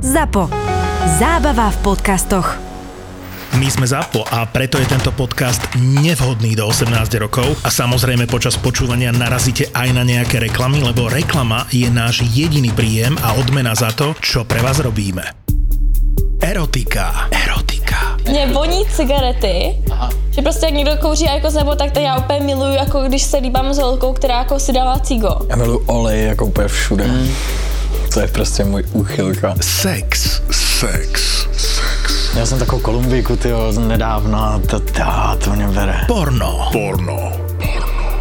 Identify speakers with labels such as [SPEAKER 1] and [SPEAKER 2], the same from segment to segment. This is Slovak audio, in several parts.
[SPEAKER 1] ZAPO. Zábava v podcastoch.
[SPEAKER 2] My sme ZAPO a preto je tento podcast nevhodný do 18 rokov a samozrejme počas počúvania narazíte aj na nejaké reklamy, lebo reklama je náš jediný príjem a odmena za to, čo pre vás robíme. Erotika. Erotika.
[SPEAKER 3] Mě voní cigarety, Aha. že prostě jak někdo kouří IQOS nebo tak, tak já úplně miluju, jako když se líbám s holkou, která jako si dala cigo.
[SPEAKER 4] Já miluju olej jako úplně všude. Mm. To je prostě můj úchylka.
[SPEAKER 2] Sex. Sex.
[SPEAKER 4] Měl jsem takovou Kolumbíku, tyjo, nedávno, a to, to, to mě bere.
[SPEAKER 2] Porno. Porno.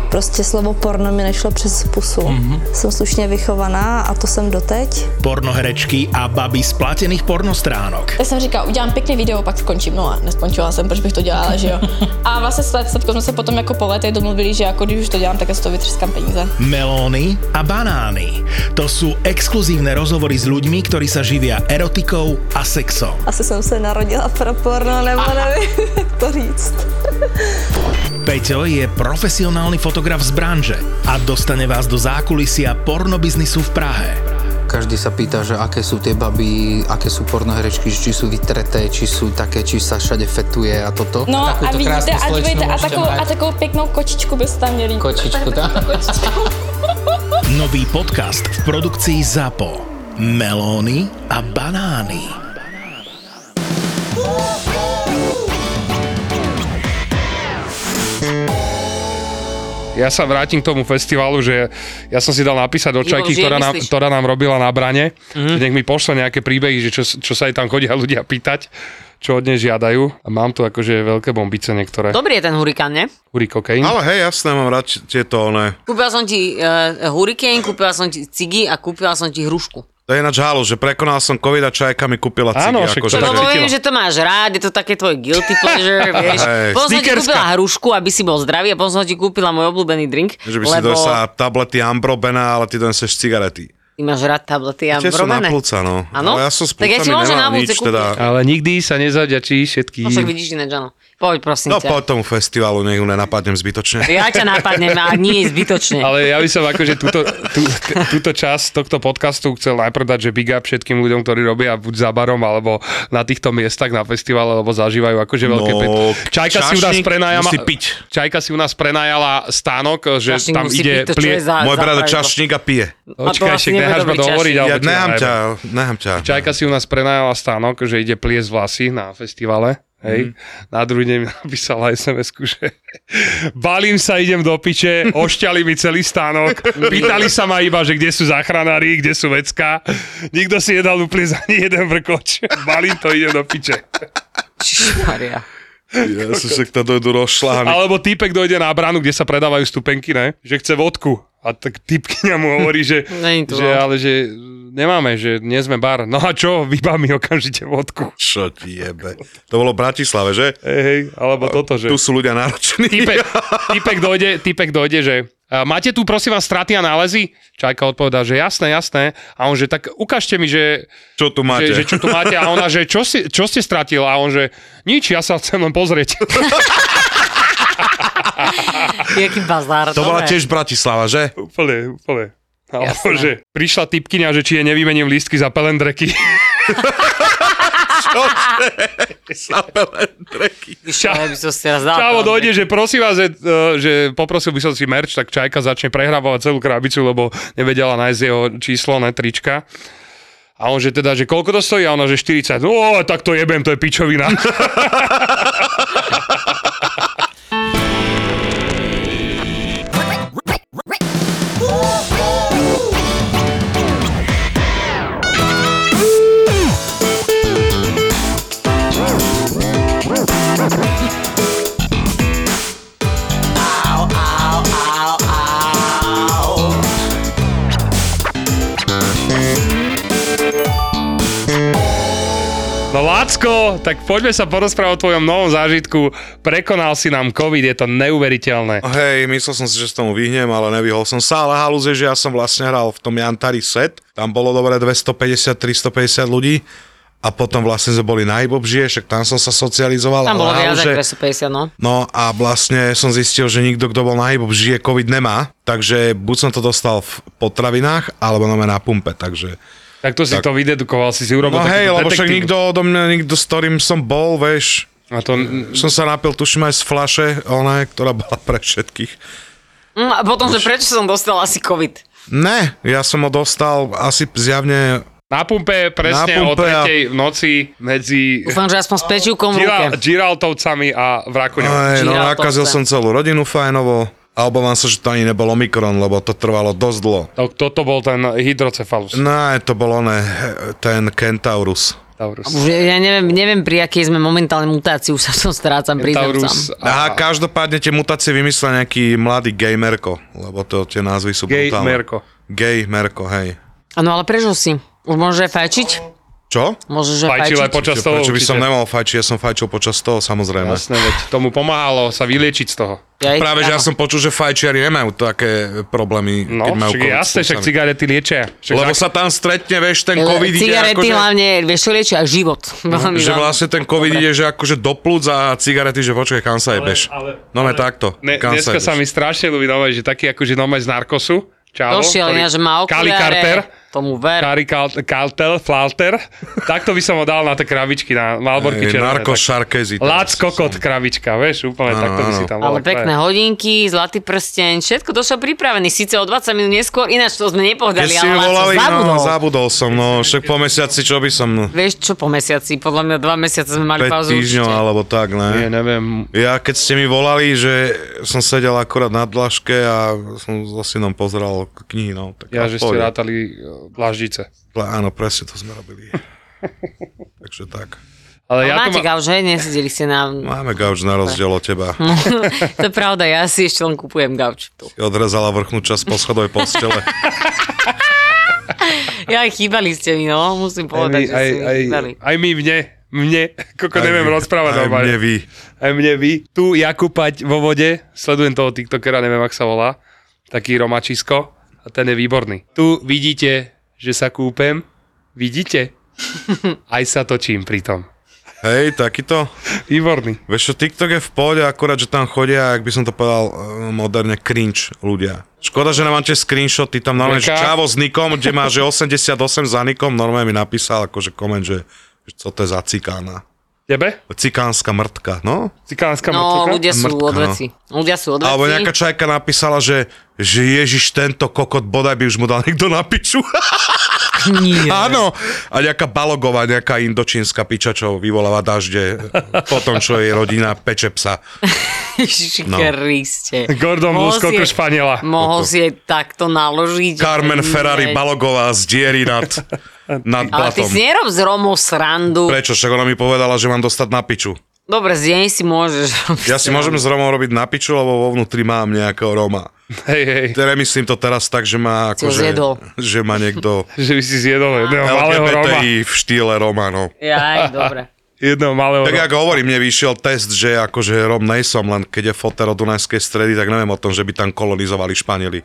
[SPEAKER 5] Prostě slovo porno mi nešlo přes pusu. Mm-hmm. Jsem slušně vychovaná a to jsem doteď.
[SPEAKER 2] Pornoherečky a baby z platených pornostránok.
[SPEAKER 3] Já jsem říkala, udělám pěkný video, pak skončím. No a neskončila jsem, proč bych to dělala, že jo. A vlastně s Satkou jsme se potom jako po letech domluvili, že jako když už to dělám, tak já z toho vytřeskám peníze.
[SPEAKER 2] Melóny a banány. To sú exkluzívne rozhovory s ľuďmi, ktorí sa živia erotikou a sexom.
[SPEAKER 5] Asi jsem se narodila pro porno, nebo nevím, jak to říct.
[SPEAKER 2] Peťo je profesionálny fotograf z branže a dostane vás do zákulisia pornobiznisu v Prahe.
[SPEAKER 6] Každý sa pýta, že aké sú tie baby, aké sú pornoherečky, či sú vytreté, či sú také, či sa všade fetuje a toto.
[SPEAKER 3] No a,
[SPEAKER 6] Takúto
[SPEAKER 3] vidíte,
[SPEAKER 6] krásnu
[SPEAKER 3] a,
[SPEAKER 6] slečnú
[SPEAKER 3] vidíte, a,
[SPEAKER 6] môžete
[SPEAKER 3] takovou,
[SPEAKER 6] mať.
[SPEAKER 3] a takovou pěknou kočičku byste tam měli.
[SPEAKER 6] Kočičku tam.
[SPEAKER 3] Kočičku.
[SPEAKER 2] Nový podcast v produkcii ZAPO. Melóny a banány.
[SPEAKER 7] Ja sa vrátim k tomu festivalu, že ja som si dal napísať do čajky,
[SPEAKER 8] že
[SPEAKER 7] ktorá, nám,
[SPEAKER 8] myslíš? Mhm.
[SPEAKER 7] ktorá nám robila na brane, mm-hmm. že nech mi pošle nejaké príbehy, že čo, čo sa aj tam chodia ľudia pýtať, čo od nej žiadajú. A mám tu akože veľké bombice niektoré.
[SPEAKER 8] Dobrý je ten hurikán, ne?
[SPEAKER 7] Huri kokain.
[SPEAKER 9] Ale hej, jasné, mám rád či- tieto, ne.
[SPEAKER 8] Kúpila som ti uh, hurikén, kúpila som ti cigy a kúpila som ti hrušku.
[SPEAKER 9] To je ináč halo, že prekonal som covid a čajka mi kúpila akože cigy.
[SPEAKER 7] Áno, však to
[SPEAKER 8] Lebo
[SPEAKER 7] cítila.
[SPEAKER 8] viem, že to máš rád, je to také tvoj guilty pleasure, vieš.
[SPEAKER 9] Hej.
[SPEAKER 8] Potom som ti
[SPEAKER 7] Snickerska.
[SPEAKER 8] kúpila hrušku, aby si bol zdravý a potom som ti kúpila môj obľúbený drink,
[SPEAKER 9] že by si
[SPEAKER 8] lebo
[SPEAKER 9] donesla tablety Ambrobena, ale ty doneseš cigarety.
[SPEAKER 8] ty máš rád tablety a
[SPEAKER 9] Tie sú na
[SPEAKER 8] bromené.
[SPEAKER 9] plúca, no.
[SPEAKER 8] Áno?
[SPEAKER 9] No, ja som s
[SPEAKER 8] Tak ja ti
[SPEAKER 9] plúcami
[SPEAKER 8] môžem na
[SPEAKER 9] nemám
[SPEAKER 8] budúce
[SPEAKER 9] nič,
[SPEAKER 8] kúpiť.
[SPEAKER 9] teda.
[SPEAKER 7] Ale nikdy sa nezavďačí všetkým.
[SPEAKER 8] No však vidíš ináč, áno. Poď prosím
[SPEAKER 9] No
[SPEAKER 8] ťa.
[SPEAKER 9] po tomu festivalu nech ju nenapadnem zbytočne.
[SPEAKER 8] Ja ťa napadnem a nie zbytočne.
[SPEAKER 7] Ale ja by som akože túto, tú, t- túto časť tohto podcastu chcel najprv dať, že big up všetkým ľuďom, ktorí robia buď za barom, alebo na týchto miestach na festivale, alebo zažívajú akože veľké...
[SPEAKER 9] No,
[SPEAKER 7] pet- Čajka si u nás
[SPEAKER 9] čašník
[SPEAKER 7] prenajala...
[SPEAKER 9] musí piť.
[SPEAKER 7] Čajka si u nás prenajala stánok, že
[SPEAKER 8] Čašník
[SPEAKER 7] tam
[SPEAKER 8] musí
[SPEAKER 7] ide... No,
[SPEAKER 8] piť, to čo je za,
[SPEAKER 9] Môj
[SPEAKER 8] za
[SPEAKER 9] brat
[SPEAKER 8] pravidlo.
[SPEAKER 9] čašník a pije.
[SPEAKER 8] A to
[SPEAKER 7] Počkaj,
[SPEAKER 8] asi
[SPEAKER 7] však
[SPEAKER 8] nebude
[SPEAKER 7] necháš ma
[SPEAKER 8] dobrý
[SPEAKER 7] dohovoriť,
[SPEAKER 8] čašník.
[SPEAKER 7] alebo
[SPEAKER 9] Ja
[SPEAKER 7] ti
[SPEAKER 9] nehám
[SPEAKER 7] najebe.
[SPEAKER 9] ťa, nehám ťa.
[SPEAKER 7] Čajka si u nás prenajala stánok, že ide pliesť vlasy na festivale. Hej. Mm-hmm. Na druhý deň mi napísala sms že balím sa, idem do piče, ošťali mi celý stánok, pýtali sa ma iba, že kde sú záchranári, kde sú vecka, nikto si nedal upliesť ani jeden vrkoč, balím to, idem do piče.
[SPEAKER 8] Čišmaria.
[SPEAKER 9] Ja som sa tam dojdu rozšláhaný.
[SPEAKER 7] Alebo týpek dojde na bránu, kde sa predávajú stupenky, ne? že chce vodku. A tak typkyňa mu hovorí, že,
[SPEAKER 8] Není to
[SPEAKER 7] že
[SPEAKER 8] veľa.
[SPEAKER 7] ale že nemáme, že nie sme bar. No a čo, vyba mi okamžite vodku.
[SPEAKER 9] Čo ti jebe. To bolo v Bratislave, že?
[SPEAKER 7] Hej, hej, alebo toto, že...
[SPEAKER 9] Tu sú ľudia náročení.
[SPEAKER 7] Týpek, týpek, dojde, týpek dojde, že a máte tu prosím vás straty a nálezy? Čajka odpovedá, že jasné, jasné. A on že tak ukážte mi, že,
[SPEAKER 9] Čo tu máte?
[SPEAKER 7] že, že čo tu máte. A ona že čo, si, čo ste stratil? A on že nič, ja sa chcem len pozrieť.
[SPEAKER 8] Jaký bazár.
[SPEAKER 9] To bola
[SPEAKER 8] dobre.
[SPEAKER 9] tiež Bratislava, že?
[SPEAKER 7] úplne, úplne. Alebo
[SPEAKER 8] Jasné.
[SPEAKER 7] že prišla typkyňa, že či je nevymením lístky za pelendreky.
[SPEAKER 8] Ale by som si teraz dal.
[SPEAKER 7] Čavo dojde, že prosím vás, že, eh, že poprosil by som si merch, tak Čajka začne prehrávať celú krabicu, lebo nevedela nájsť jeho číslo, ne, trička. A on že teda, že koľko to stojí? A ona že 40. O, tak to jebem, to je pičovina. No Lacko, tak poďme sa porozprávať o tvojom novom zážitku. Prekonal si nám COVID, je to neuveriteľné.
[SPEAKER 9] Hej, myslel som si, že sa tomu vyhnem, ale nevyhol som sa, ale halúz je, že ja som vlastne hral v tom Jantari set, tam bolo dobre 250-350 ľudí a potom vlastne sme boli na Ibobžie, však tam som sa socializoval.
[SPEAKER 8] Tam
[SPEAKER 9] ale
[SPEAKER 8] bolo viac
[SPEAKER 9] halúz je-
[SPEAKER 8] ako 250, no.
[SPEAKER 9] No a vlastne som zistil, že nikto, kto bol na hip žije, COVID nemá, takže buď som to dostal v potravinách, alebo na na pumpe, takže
[SPEAKER 7] Tak to si
[SPEAKER 9] Tak.
[SPEAKER 7] to vydedukoval, si si urobil
[SPEAKER 9] No
[SPEAKER 7] takýto
[SPEAKER 9] hej, lebo však
[SPEAKER 7] detektív.
[SPEAKER 9] nikto odo mňa, nikto s ktorým som bol, vieš,
[SPEAKER 7] A to,
[SPEAKER 9] som sa napil, tuším aj z flaše, ona, ktorá bola pre všetkých.
[SPEAKER 8] Mm, a potom, že prečo som dostal asi COVID?
[SPEAKER 9] Ne, ja som ho dostal asi zjavne
[SPEAKER 7] na pumpe presne na
[SPEAKER 9] Na
[SPEAKER 7] pumpe o
[SPEAKER 9] pumpe a-
[SPEAKER 7] tretej v noci medzi
[SPEAKER 8] Dúfam, že aspoň s pečivkom v ruke.
[SPEAKER 7] Gira- Giraltovcami a Vrakuňom.
[SPEAKER 9] Aj, no,
[SPEAKER 8] Žirafovce.
[SPEAKER 9] nakazil som celú rodinu fajnovo. A obávam sa, že to ani nebol Omikron, lebo to trvalo dosť dlho.
[SPEAKER 7] To, No, toto bol ten hydrocefalus.
[SPEAKER 9] No, to bolo ne, ten Kentaurus.
[SPEAKER 7] Taurus.
[SPEAKER 8] Už ja neviem, neviem, pri akej sme momentálne mutácii, už sa v tom strácam, priznám
[SPEAKER 7] Taurus
[SPEAKER 8] sám.
[SPEAKER 9] A, každopádne tie mutácie vymyslel nejaký mladý gay Merko, lebo to, tie názvy sú
[SPEAKER 7] Gay
[SPEAKER 9] brutálne.
[SPEAKER 7] Merko.
[SPEAKER 9] Gay Merko, hej.
[SPEAKER 8] Áno, ale prečo si? Už môžeš aj fajčiť?
[SPEAKER 9] Čo?
[SPEAKER 8] Môžeš aj
[SPEAKER 7] Fajčil aj
[SPEAKER 8] fajčiť?
[SPEAKER 7] počas
[SPEAKER 9] Čo,
[SPEAKER 7] toho
[SPEAKER 9] prečo by som
[SPEAKER 7] určite.
[SPEAKER 9] nemal fajčiť? Ja som fajčil počas toho, samozrejme.
[SPEAKER 7] Jasné, veď tomu pomáhalo sa vyliečiť z toho.
[SPEAKER 8] Jaj,
[SPEAKER 9] Práve, že ja
[SPEAKER 8] áno.
[SPEAKER 9] som počul, že fajčiari nemajú také problémy,
[SPEAKER 7] No,
[SPEAKER 9] keď majú
[SPEAKER 7] však je
[SPEAKER 9] COVID s
[SPEAKER 7] jasné, však
[SPEAKER 9] plusami.
[SPEAKER 7] cigarety liečia. Však
[SPEAKER 9] Lebo
[SPEAKER 7] ak-
[SPEAKER 9] sa tam stretne, vieš, ten
[SPEAKER 8] Ale
[SPEAKER 9] COVID ide
[SPEAKER 8] Cigarety
[SPEAKER 9] akože-
[SPEAKER 8] hlavne, vieš čo liečia? život. Veľmi
[SPEAKER 9] že
[SPEAKER 8] veľmi.
[SPEAKER 9] vlastne ten COVID ide, že akože do plúc a cigarety, že počkaj, kam sa jebeš.
[SPEAKER 7] ale-
[SPEAKER 9] No ne takto,
[SPEAKER 7] Ne,
[SPEAKER 9] kam sa
[SPEAKER 7] dneska sa mi
[SPEAKER 9] jebeš.
[SPEAKER 7] strašne ľúbi nové, že taký akože nové z Narkosu. Čavo,
[SPEAKER 8] Došiel,
[SPEAKER 7] ktorý-
[SPEAKER 8] ja, že má
[SPEAKER 7] Kali Carter.
[SPEAKER 8] okuliare, tomu ver.
[SPEAKER 7] Kari Kal- Kaltel, Flalter. Takto by som ho dal na tie krabičky, na Malborky
[SPEAKER 9] Ej,
[SPEAKER 7] červené.
[SPEAKER 9] Narko
[SPEAKER 7] tak.
[SPEAKER 9] Šarkezi.
[SPEAKER 7] Lác kokot krabička, vieš, úplne
[SPEAKER 9] Áno,
[SPEAKER 7] takto by si
[SPEAKER 9] áno.
[SPEAKER 7] tam dal.
[SPEAKER 8] Ale pekné hodinky, zlatý prsteň, všetko došiel pripravený, síce o 20 minút neskôr, ináč to sme
[SPEAKER 9] Keď
[SPEAKER 8] nepovedali,
[SPEAKER 9] si
[SPEAKER 8] ale
[SPEAKER 9] mi
[SPEAKER 8] Laco
[SPEAKER 9] volali,
[SPEAKER 8] zabudol.
[SPEAKER 9] no zabudol som, no však po mesiaci čo by som, no,
[SPEAKER 8] Vieš čo po mesiaci, podľa mňa dva mesiace sme mali
[SPEAKER 9] 5
[SPEAKER 8] pauzu
[SPEAKER 9] týždňov
[SPEAKER 8] určite.
[SPEAKER 9] alebo tak,
[SPEAKER 7] Nie,
[SPEAKER 9] ne?
[SPEAKER 7] neviem.
[SPEAKER 9] Ja keď ste mi volali, že som sedel akorát na dlažke a som so synom pozeral knihy, no. Tak
[SPEAKER 7] Ja,
[SPEAKER 9] v
[SPEAKER 7] že ste
[SPEAKER 9] pohode.
[SPEAKER 7] rátali e, dlaždice.
[SPEAKER 9] Áno, presne to sme robili. Takže tak.
[SPEAKER 7] Ale
[SPEAKER 8] Ja
[SPEAKER 7] ja to
[SPEAKER 8] máte
[SPEAKER 7] ma...
[SPEAKER 8] gauč, hej, nesedeli ste na...
[SPEAKER 9] Máme gauč na rozdiel od teba.
[SPEAKER 8] No. to je pravda, ja si ešte len kupujem gauč. Tu.
[SPEAKER 9] Odrezala vrchnú časť poschodovej postele.
[SPEAKER 8] Ja aj chýbali ste mi, no, musím
[SPEAKER 7] Aj,
[SPEAKER 8] povedať,
[SPEAKER 7] my,
[SPEAKER 8] že
[SPEAKER 7] aj,
[SPEAKER 8] ste mi
[SPEAKER 7] aj,
[SPEAKER 8] chýbali.
[SPEAKER 7] aj my mne, mne, koko neviem
[SPEAKER 9] Aj-
[SPEAKER 7] rozprávať
[SPEAKER 9] aj
[SPEAKER 7] normálne.
[SPEAKER 9] mne vy.
[SPEAKER 7] Aj mne vy. Tu ja kúpať vo vode, sledujem toho tiktokera, neviem, ak sa volá, taký romačisko a ten je výborný. Tu vidíte, že sa kúpem, vidíte, aj sa točím pritom.
[SPEAKER 9] Hej, takýto.
[SPEAKER 7] Výborný.
[SPEAKER 9] Vieš čo, TikTok je v pohode, akurát, že tam chodia, ak by som to povedal eh, moderne, cringe ľudia. Škoda, že nemám tie screenshoty, tam normálne, že
[SPEAKER 7] Veka?
[SPEAKER 9] čavo s nikom, kde má, že 88 za nikom, normálne mi napísal akože koment, že že co to je za cikána.
[SPEAKER 7] Tebe?
[SPEAKER 9] Cikánska mrtka, no?
[SPEAKER 7] Cikánska
[SPEAKER 8] No,
[SPEAKER 7] motulka?
[SPEAKER 8] ľudia sú
[SPEAKER 9] Mrtka, no.
[SPEAKER 8] odveci. Ľudia sú odveci.
[SPEAKER 9] Alebo nejaká čajka napísala, že, že Ježiš, tento kokot bodaj by už mu dal niekto na piču.
[SPEAKER 8] Nie.
[SPEAKER 9] Áno. A nejaká balogová, nejaká indočínska piča, čo vyvoláva dažde eh, po tom, čo jej rodina peče psa.
[SPEAKER 8] Ježiši
[SPEAKER 9] No.
[SPEAKER 8] Kriste.
[SPEAKER 7] Gordon
[SPEAKER 8] Mohol
[SPEAKER 7] Blue,
[SPEAKER 8] si
[SPEAKER 7] skoko
[SPEAKER 8] jej-
[SPEAKER 7] Španiela.
[SPEAKER 8] Mohol si jej takto naložiť.
[SPEAKER 9] Carmen
[SPEAKER 8] Nie.
[SPEAKER 9] Ferrari Balogová z diery nad, nad
[SPEAKER 8] Ale ty
[SPEAKER 9] blatom.
[SPEAKER 8] si nerob z Romov srandu.
[SPEAKER 9] Prečo? Však ona mi povedala, že mám dostať na piču.
[SPEAKER 8] Dobre, z nej si môžeš robiť
[SPEAKER 9] Ja si
[SPEAKER 8] srandu.
[SPEAKER 9] môžem s Romom robiť na piču, lebo vo vnútri mám nejakého Roma.
[SPEAKER 7] Hej, hej.
[SPEAKER 9] Teda myslím to teraz tak, že má
[SPEAKER 8] Si ho
[SPEAKER 9] akože,
[SPEAKER 8] zjedol.
[SPEAKER 9] že má niekto
[SPEAKER 7] Že by si zjedol jedného malého Roma.
[SPEAKER 9] LGBTI v štýle Roma, no.
[SPEAKER 8] Jaj, dobre.
[SPEAKER 7] Jedného malého
[SPEAKER 9] Tak
[SPEAKER 7] Roma.
[SPEAKER 9] ako hovorím, mne vyšiel test, že akože Rom nejsom, len keď je foter od Dunajskej stredy, tak neviem o tom, že by tam kolonizovali Španieli.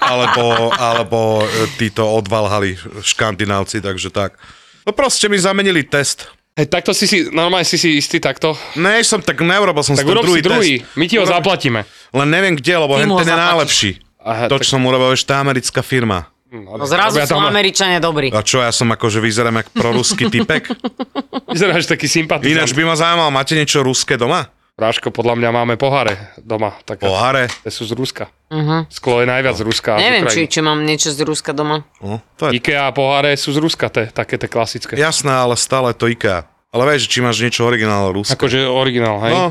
[SPEAKER 9] alebo, alebo e, títo odvalhali Škandinávci, takže tak. No proste mi zamenili test.
[SPEAKER 7] Hej, takto si si, normálne si si istý takto.
[SPEAKER 9] Ne, som tak neurobil som
[SPEAKER 7] Tak
[SPEAKER 9] si ten
[SPEAKER 7] urob
[SPEAKER 9] druhý,
[SPEAKER 7] si druhý,
[SPEAKER 9] test.
[SPEAKER 7] my ti ho
[SPEAKER 9] Urob-
[SPEAKER 7] zaplatíme.
[SPEAKER 9] Len neviem kde, lebo
[SPEAKER 8] Ty
[SPEAKER 9] hen
[SPEAKER 8] mu ho
[SPEAKER 9] ten je
[SPEAKER 8] zaplatíš.
[SPEAKER 9] najlepší.
[SPEAKER 7] Aha,
[SPEAKER 9] to, čo som urobil, ešte tá americká firma.
[SPEAKER 8] No zrazu
[SPEAKER 7] Robia
[SPEAKER 8] sú
[SPEAKER 7] tam-
[SPEAKER 8] Američania dobrí.
[SPEAKER 9] A čo, ja som akože vyzerám jak proruský typek?
[SPEAKER 7] Vyzeráš taký sympatický.
[SPEAKER 9] Ináč by ma zaujímalo, máte niečo ruské doma?
[SPEAKER 7] Ráško, podľa mňa máme poháre doma. Také,
[SPEAKER 9] Pohare?
[SPEAKER 7] Tie sú z Ruska. Uh-huh. Sklo je najviac z Ruska. a z
[SPEAKER 8] Mhm. Neviem,
[SPEAKER 7] Ukrajiny.
[SPEAKER 8] či, či mám niečo z Ruska doma.
[SPEAKER 9] No, to je
[SPEAKER 7] IKEA poháre sú z Ruska, tie, také tie klasické. Ja.
[SPEAKER 9] Jasné, ale stále to IKEA. Ale vieš, či máš niečo originálne ruské.
[SPEAKER 7] Akože originál, hej?
[SPEAKER 9] No,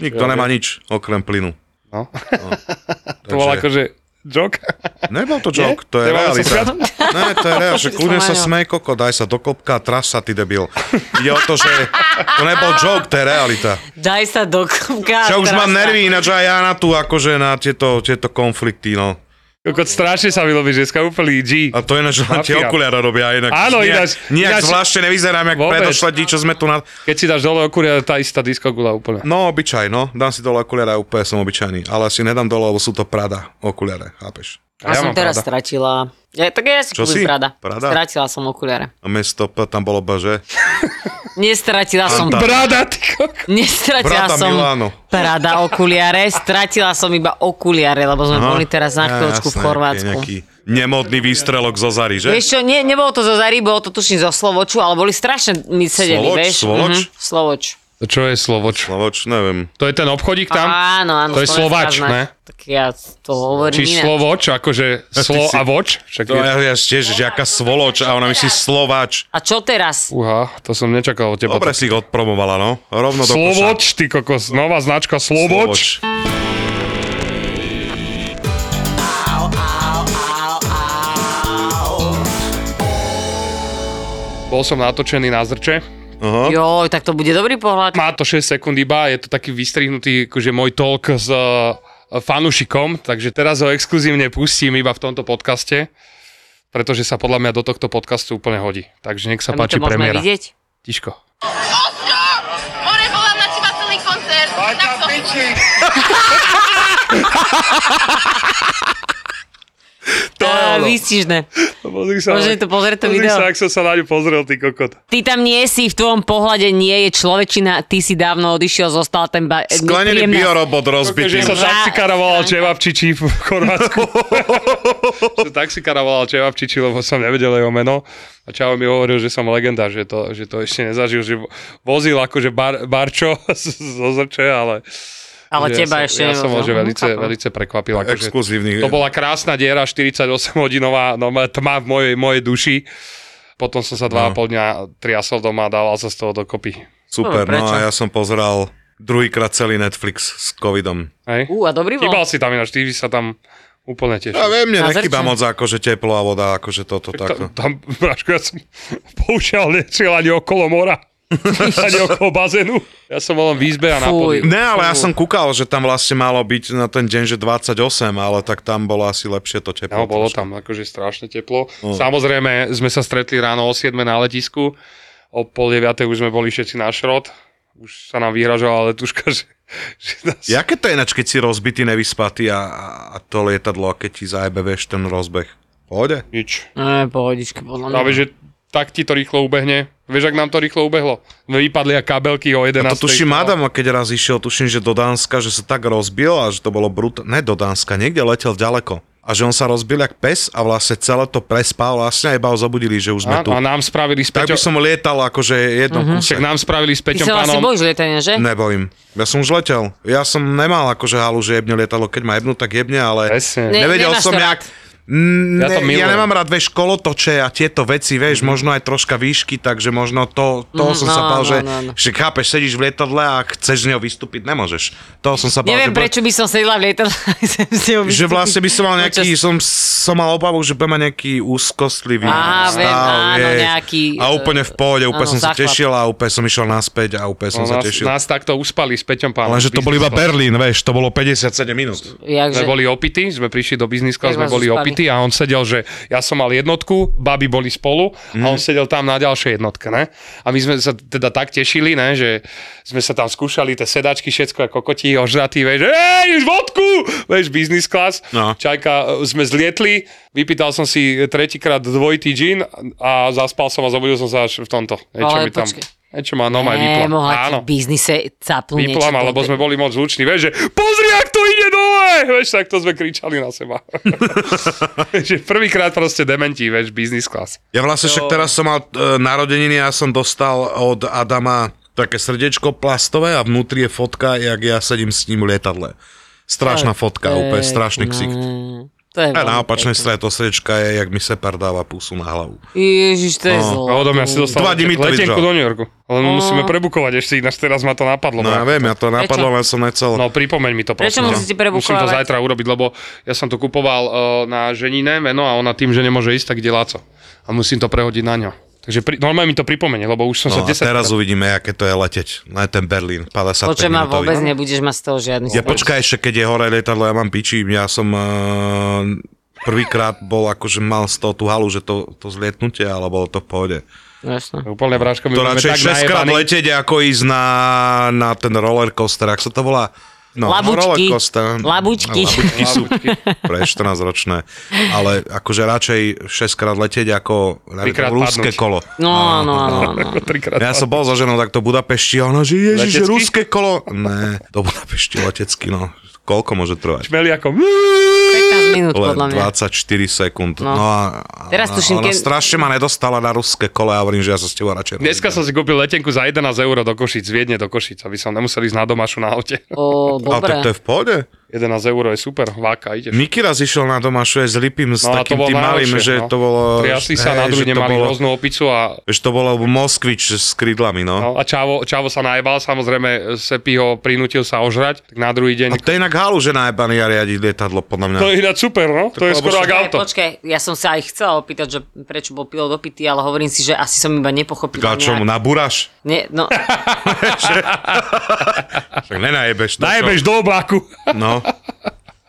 [SPEAKER 9] nikto nemá nič, okrem plynu.
[SPEAKER 7] Hm? No.
[SPEAKER 9] Takže,
[SPEAKER 7] to bol akože joke.
[SPEAKER 9] Nebol to joke, to je
[SPEAKER 7] Nebol som
[SPEAKER 9] realita.
[SPEAKER 7] smiatý?
[SPEAKER 9] Ne, to je realita, že kľudne sa
[SPEAKER 8] Spomenul.
[SPEAKER 9] smej, koko, daj sa do klopka, tras sa, ty debil. Ide o to, že to nebol joke, to je realita.
[SPEAKER 8] Daj sa do klubka.
[SPEAKER 9] Čo už
[SPEAKER 8] teraz
[SPEAKER 9] mám
[SPEAKER 8] sa-
[SPEAKER 9] nervy, ináč aj ja na tú, akože na tieto, tieto konflikty, no.
[SPEAKER 7] Kokot, strašne sa mi ľubí, že dneska úplný G.
[SPEAKER 9] A to ináč len tie
[SPEAKER 7] Mafia.
[SPEAKER 9] okuliare robia, inak
[SPEAKER 7] Áno,
[SPEAKER 9] nejak,
[SPEAKER 7] ináč-
[SPEAKER 9] nejak
[SPEAKER 7] ináč-
[SPEAKER 9] zvláštne nevyzerám, jak
[SPEAKER 7] Vôbec.
[SPEAKER 9] predošle dí, čo sme tu na...
[SPEAKER 7] Keď si dáš dole okuria, tá istá diskogula úplne.
[SPEAKER 9] No, obyčaj, no. Dám si dole okuliare a úplne som obyčajný. Ale si nedám dole, lebo sú to Prada okuliare, chápeš?
[SPEAKER 8] Ja, som teraz
[SPEAKER 7] pravda.
[SPEAKER 8] stratila. Ja, tak ja si
[SPEAKER 9] Čo si?
[SPEAKER 8] kúpim Prada.
[SPEAKER 9] Prada?
[SPEAKER 8] Stratila som okuliare.
[SPEAKER 9] A mesto P tam bolo B, že?
[SPEAKER 8] Nestratila som...
[SPEAKER 9] Prada.
[SPEAKER 7] Brada, ty kokot.
[SPEAKER 8] Nestratila
[SPEAKER 9] Prada
[SPEAKER 8] som
[SPEAKER 9] Milano.
[SPEAKER 8] Prada okuliare. Stratila som iba okuliare, lebo sme boli no, teraz na
[SPEAKER 9] Ja,
[SPEAKER 8] chvíľočku v
[SPEAKER 9] jasné,
[SPEAKER 8] Chorvátsku.
[SPEAKER 9] Nejaký, nejaký Nemodný výstrelok zo Zary, že?
[SPEAKER 8] Vieš čo, nie, nebolo to zo Zary, bolo to tuším zo Slovoču, ale boli strašne my sedeli,
[SPEAKER 9] Slovoč,
[SPEAKER 8] vieš.
[SPEAKER 9] Slovoč?
[SPEAKER 8] Mhm, Slovoč.
[SPEAKER 7] To čo je Slovoč?
[SPEAKER 9] Slovoč, neviem.
[SPEAKER 7] To je ten obchodík tam?
[SPEAKER 8] Áno, áno.
[SPEAKER 7] To je
[SPEAKER 8] slovenská
[SPEAKER 7] Slovač,
[SPEAKER 8] značka.
[SPEAKER 7] ne?
[SPEAKER 8] Tak ja to hovorím
[SPEAKER 7] Či
[SPEAKER 8] inak.
[SPEAKER 7] Slovoč, akože Slo
[SPEAKER 9] si-
[SPEAKER 7] a Voč? Však
[SPEAKER 9] To
[SPEAKER 7] je...
[SPEAKER 9] ja ja tiež, že aká svoloč a ona myslí slovač.
[SPEAKER 8] A čo teraz?
[SPEAKER 7] Uha, to som nečakal od teba.
[SPEAKER 9] Dobre si ich odpromovala, no. Rovno do koša.
[SPEAKER 7] Slovoč, ty kokos, nová značka Slovoč.
[SPEAKER 9] Slovoč.
[SPEAKER 7] Bol som natočený na zrče. No.
[SPEAKER 9] Aha.
[SPEAKER 8] Joj, tak to bude dobrý pohľad.
[SPEAKER 7] Má to 6 sekúnd iba, je to taký vystrihnutý akože môj talk s uh, fanušikom, takže teraz ho exkluzívne pustím iba v tomto podcaste, pretože sa podľa mňa do tohto podcastu úplne hodí. Takže nech sa
[SPEAKER 8] A my
[SPEAKER 7] páči
[SPEAKER 8] to môžeme
[SPEAKER 7] premiéra.
[SPEAKER 8] vidieť?
[SPEAKER 7] Tiško.
[SPEAKER 10] More, volám na teba celý koncert. Na to.
[SPEAKER 7] To je
[SPEAKER 8] Á,
[SPEAKER 7] ono.
[SPEAKER 8] Výstižné.
[SPEAKER 7] Pozri sa,
[SPEAKER 8] Môžeme to pozrieť to
[SPEAKER 7] pozri
[SPEAKER 8] video.
[SPEAKER 7] sa, ak som sa na ňu pozrel, ty kokot.
[SPEAKER 8] Ty tam nie si, v tvojom pohľade nie je človečina, ty si dávno odišiel, zostal ten ba-
[SPEAKER 9] Sklenený
[SPEAKER 8] nepríjemná-
[SPEAKER 9] biorobot rozbitý.
[SPEAKER 7] Že sa
[SPEAKER 8] Ra-
[SPEAKER 7] taxikára volal Čevapčiči v Chorvátsku. Že taxikára volal Čevapčiči, lebo som nevedel jeho meno. A Čavo mi hovoril, že som legenda, že to, že to ešte nezažil, že vo- vozil akože bar, barčo z- zo zrče, ale...
[SPEAKER 8] Ale
[SPEAKER 7] že
[SPEAKER 8] teba
[SPEAKER 7] ja
[SPEAKER 8] ešte
[SPEAKER 7] som, Ja som ho, že
[SPEAKER 8] nevozil.
[SPEAKER 7] velice,
[SPEAKER 8] Chápem.
[SPEAKER 7] velice prekvapil. Akože
[SPEAKER 9] Exkluzívny.
[SPEAKER 7] to bola krásna diera, 48-hodinová no, tma v mojej, mojej duši. Potom som sa dva a pol dňa triasol doma a dával sa z toho dokopy.
[SPEAKER 8] No,
[SPEAKER 9] Super, no
[SPEAKER 8] prečo?
[SPEAKER 9] a ja som pozeral druhýkrát celý Netflix s covidom.
[SPEAKER 7] Hej?
[SPEAKER 8] Ú, a dobrý bol.
[SPEAKER 7] Chýbal si tam ináč, ty si sa tam úplne tešil.
[SPEAKER 9] Ja viem, mne
[SPEAKER 8] Na
[SPEAKER 9] nechýba
[SPEAKER 8] zrče.
[SPEAKER 9] moc akože teplo a voda, akože toto takto.
[SPEAKER 7] Tam, tam Braško, ja som poušiaľ nešiel ani okolo mora, ani okolo bazénu. Ja som bol len v izbe a na
[SPEAKER 8] Fuj.
[SPEAKER 7] podiu.
[SPEAKER 9] Ne, ale ja som kúkal, že tam vlastne malo byť na ten deň, že 28, ale tak tam bolo asi lepšie to teplo.
[SPEAKER 7] No, bolo
[SPEAKER 9] trošku.
[SPEAKER 7] tam akože strašne teplo.
[SPEAKER 9] No.
[SPEAKER 7] Samozrejme, sme sa stretli ráno o 7 na letisku, o pol 9 už sme boli všetci na šrot, už sa nám vyhražovala letuška, že, že nás...
[SPEAKER 9] Jaké to je ináč, keď si rozbitý, nevyspatý a, a to lietadlo, a keď ti zajebe, vieš, ten rozbeh? Pohode?
[SPEAKER 7] Nič.
[SPEAKER 8] Ne, pohodička, podľa mňa.
[SPEAKER 7] Práve, že tak ti to rýchlo ubehne. Vieš, ak nám to rýchlo ubehlo? Vypadli a kabelky o 11.
[SPEAKER 9] A to tuším Adam, keď raz išiel, tuším, že do Dánska, že sa tak rozbil a že to bolo brutálne. Ne do Dánska, niekde letel ďaleko. A že on sa rozbil jak pes a vlastne celé to prespal, vlastne aj iba ho zabudili, že už
[SPEAKER 7] A,
[SPEAKER 9] sme tu.
[SPEAKER 7] a nám spravili s
[SPEAKER 9] Tak by
[SPEAKER 7] Peťom, som...
[SPEAKER 9] som lietal akože jednom
[SPEAKER 8] Mhm.
[SPEAKER 9] mm-hmm. kuse.
[SPEAKER 7] nám spravili s
[SPEAKER 8] Ty
[SPEAKER 7] Peťom
[SPEAKER 8] sa vlastne
[SPEAKER 7] pánom.
[SPEAKER 8] bojíš lietania, že?
[SPEAKER 9] Nebojím. Ja som už letel. Ja som nemal akože halu, že jebne lietadlo. Keď ma jebnú, tak jebne, ale
[SPEAKER 7] Presne.
[SPEAKER 8] Ne,
[SPEAKER 9] nevedel
[SPEAKER 8] nemáš
[SPEAKER 9] som,
[SPEAKER 8] to
[SPEAKER 9] jak...
[SPEAKER 8] rád.
[SPEAKER 9] Mm,
[SPEAKER 7] Ja to
[SPEAKER 9] Ne, ja,
[SPEAKER 7] milujem.
[SPEAKER 9] nemám rád, vieš, kolotoče a tieto veci, vieš, mm-hmm. možno aj troška výšky, takže možno to, toho
[SPEAKER 8] Mhm,
[SPEAKER 9] som sa
[SPEAKER 8] no,
[SPEAKER 9] bál,
[SPEAKER 8] no,
[SPEAKER 9] že,
[SPEAKER 8] no, no.
[SPEAKER 9] že chápeš, sedíš v lietadle a chceš z neho vystúpiť, nemôžeš. Toho som sa bál,
[SPEAKER 8] Neviem,
[SPEAKER 9] že, bude-
[SPEAKER 8] prečo by som sedela v lietadle. a chcem z neho
[SPEAKER 9] že
[SPEAKER 8] vystúpiť.
[SPEAKER 9] vlastne by som mal
[SPEAKER 8] No,
[SPEAKER 9] nejaký,
[SPEAKER 8] čas-
[SPEAKER 9] som, som mal obavu, že budem mať nejaký úzkostlivý
[SPEAKER 8] Á,
[SPEAKER 9] stav,
[SPEAKER 8] viem, áno,
[SPEAKER 9] vieš.
[SPEAKER 8] nejaký, e,
[SPEAKER 9] a úplne v pohode, úplne
[SPEAKER 8] áno,
[SPEAKER 9] som sa
[SPEAKER 8] záchvat.
[SPEAKER 9] tešil a úplne som išiel naspäť a úplne som
[SPEAKER 7] No,
[SPEAKER 9] sa
[SPEAKER 7] nás,
[SPEAKER 9] tešil.
[SPEAKER 7] nás takto uspali s Peťom pánom.
[SPEAKER 9] Lenže to bol iba
[SPEAKER 7] Business
[SPEAKER 9] Berlín, vieš, to bolo 57 minút.
[SPEAKER 7] class.
[SPEAKER 8] Jakže,
[SPEAKER 7] Sme boli opity, sme prišli do biznis class,
[SPEAKER 8] Tak
[SPEAKER 7] sme
[SPEAKER 8] vás
[SPEAKER 7] boli
[SPEAKER 8] uspali.
[SPEAKER 7] opity a on sedel, že ja som mal jednotku, baby boli spolu a
[SPEAKER 9] Mhm.
[SPEAKER 7] on sedel tam na ďalšej jednotke, ne? A my sme sa teda tak tešili, ne, že sme sa tam skúšali tie sedačky, všetko ako kokotí, ožratí, vieš, ej, vodku, vieš, business class.
[SPEAKER 9] No.
[SPEAKER 7] Čajka, e, sme zlietli, vypýtal som si tretíkrát dvojitý gin a zaspal som a zobudil som sa až v tomto. Niečo
[SPEAKER 8] Ale
[SPEAKER 7] mi tam,
[SPEAKER 8] počkej.
[SPEAKER 7] niečo ma no, aj vypla.
[SPEAKER 8] ne, mohla ti
[SPEAKER 7] Áno.
[SPEAKER 8] v biznise capnúť niečo.
[SPEAKER 7] Vyplám, alebo
[SPEAKER 8] dobre.
[SPEAKER 7] sme boli moc zvuční, vieš, že pozri, ak to ide dole, vieš, tak to sme kričali na seba. že prvýkrát proste dementí, vieš, business class.
[SPEAKER 9] Ja vlastne však teraz som mal e, narodeniny a ja som dostal od Adama také srdiečko plastové a vnútri je fotka, jak ja sedím s ním v lietadle. Strašná fotka, úplne strašný ksicht.
[SPEAKER 8] no, To je
[SPEAKER 9] A
[SPEAKER 8] veľmi
[SPEAKER 9] na opačnej
[SPEAKER 8] pekné.
[SPEAKER 9] strane to srdiečka je, jak mi se dáva pusu na hlavu.
[SPEAKER 8] Ježiš, to je
[SPEAKER 9] No.
[SPEAKER 8] zlo.
[SPEAKER 7] A odo mňa si dostal
[SPEAKER 9] Dva dní mi to
[SPEAKER 7] letenku
[SPEAKER 9] vydržalo.
[SPEAKER 7] do New Yorku. Len musíme prebukovať ešte, ináč teraz ma to napadlo.
[SPEAKER 9] No ja
[SPEAKER 7] brak.
[SPEAKER 9] viem, ja to napadlo, len som nechcel.
[SPEAKER 7] No pripomeň mi to,
[SPEAKER 8] Prečo
[SPEAKER 7] prosím ťa.
[SPEAKER 8] musíte
[SPEAKER 7] Musím to
[SPEAKER 8] prebukovať?
[SPEAKER 7] zajtra urobiť, lebo ja som to kupoval uh, na ženine meno a ona tým, že nemôže ísť, tak ide Láco. A musím to prehodiť na ňo. Takže pri, normálne mi to pripomene, lebo už som sa
[SPEAKER 9] No a
[SPEAKER 7] 10
[SPEAKER 9] teraz uvidíme, aké to je leteť. Na ten Berlín, 55
[SPEAKER 8] Počujem, ma
[SPEAKER 9] minútový.
[SPEAKER 8] vôbec nebudeš mať z toho žiadny
[SPEAKER 9] Ja
[SPEAKER 8] stres.
[SPEAKER 9] počkaj ešte, keď je hore lietadlo, ja mám piči, ja som uh, prvýkrát bol, akože mal z toho tú halu, že to, to zlietnutie, ale bolo to v pohode.
[SPEAKER 8] Jasné.
[SPEAKER 7] Úplne bráško, my
[SPEAKER 9] To
[SPEAKER 7] budeme
[SPEAKER 9] radšej
[SPEAKER 7] tak
[SPEAKER 9] 6 krát
[SPEAKER 7] najebaní.
[SPEAKER 9] letieť, ako ísť na, na ten roller coaster, ak sa to volá. No,
[SPEAKER 8] Labučky.
[SPEAKER 9] roller coaster.
[SPEAKER 8] Labučky.
[SPEAKER 9] Labučky sú pre 14 ročné. Ale akože radšej 6 krát letieť ako na
[SPEAKER 7] Trikrát padnúť.
[SPEAKER 9] ruské kolo.
[SPEAKER 8] No, no, no, no.
[SPEAKER 7] Trikrát.
[SPEAKER 9] Ja som bol za ženou takto v Budapešti a ona, že ježiš,
[SPEAKER 7] Letecky?
[SPEAKER 9] ruské kolo. Ne, do Budapešti letecky, no. Koľko môže trvať?
[SPEAKER 7] Čmeliakom.
[SPEAKER 8] 15 minút
[SPEAKER 9] Len
[SPEAKER 8] podľa mňa.
[SPEAKER 9] 24 sekúnd.
[SPEAKER 8] No.
[SPEAKER 9] No, a,
[SPEAKER 8] Teraz
[SPEAKER 9] a
[SPEAKER 8] tuším,
[SPEAKER 9] ona
[SPEAKER 8] keď-
[SPEAKER 9] strašne ma nedostala na ruské kole a hovorím, že ja sa s tebou radšej
[SPEAKER 7] Dneska som si kúpil letenku za 11 eur do Košic, z Viedne do Košic, aby som nemusel ísť na domašu na aute.
[SPEAKER 8] O,
[SPEAKER 9] Ale No, tak
[SPEAKER 8] dobre.
[SPEAKER 9] to je v pohode.
[SPEAKER 7] 11 eur je super, váka, ideš.
[SPEAKER 9] Miky raz išiel na domašu aj s Lipim, s
[SPEAKER 7] No a to
[SPEAKER 9] takým
[SPEAKER 7] bolo
[SPEAKER 9] tým malým,
[SPEAKER 7] najlepšie,
[SPEAKER 9] že
[SPEAKER 7] no.
[SPEAKER 9] to bolo...
[SPEAKER 7] Triasli sa,
[SPEAKER 9] hej,
[SPEAKER 7] na druhý
[SPEAKER 9] že to
[SPEAKER 7] nemali
[SPEAKER 9] bolo-
[SPEAKER 7] hroznú opicu a
[SPEAKER 9] Že to bolo Moskvič s krídlami, no.
[SPEAKER 7] No, a Čavo, Čavo sa najebal, samozrejme Sepi ho prinútil sa ožrať, tak na druhý deň...
[SPEAKER 9] A to je inak halu, že najebaný a riadi lietadlo, podľa mňa.
[SPEAKER 7] To je ináč super, no? To, je
[SPEAKER 9] lebo
[SPEAKER 7] skoro
[SPEAKER 9] však-
[SPEAKER 7] ako
[SPEAKER 8] Počkaj,
[SPEAKER 7] auto.
[SPEAKER 8] počkaj, ja som sa aj chcela opýtať, že prečo bol pilot opitý, ale hovorím si, že asi som iba nepochopila.
[SPEAKER 9] A čo mu
[SPEAKER 8] nejak-
[SPEAKER 9] nabúraš?
[SPEAKER 8] Nie, no,
[SPEAKER 9] Však nenajebeš. to, čo?
[SPEAKER 7] Najebeš do oblaku.
[SPEAKER 9] No,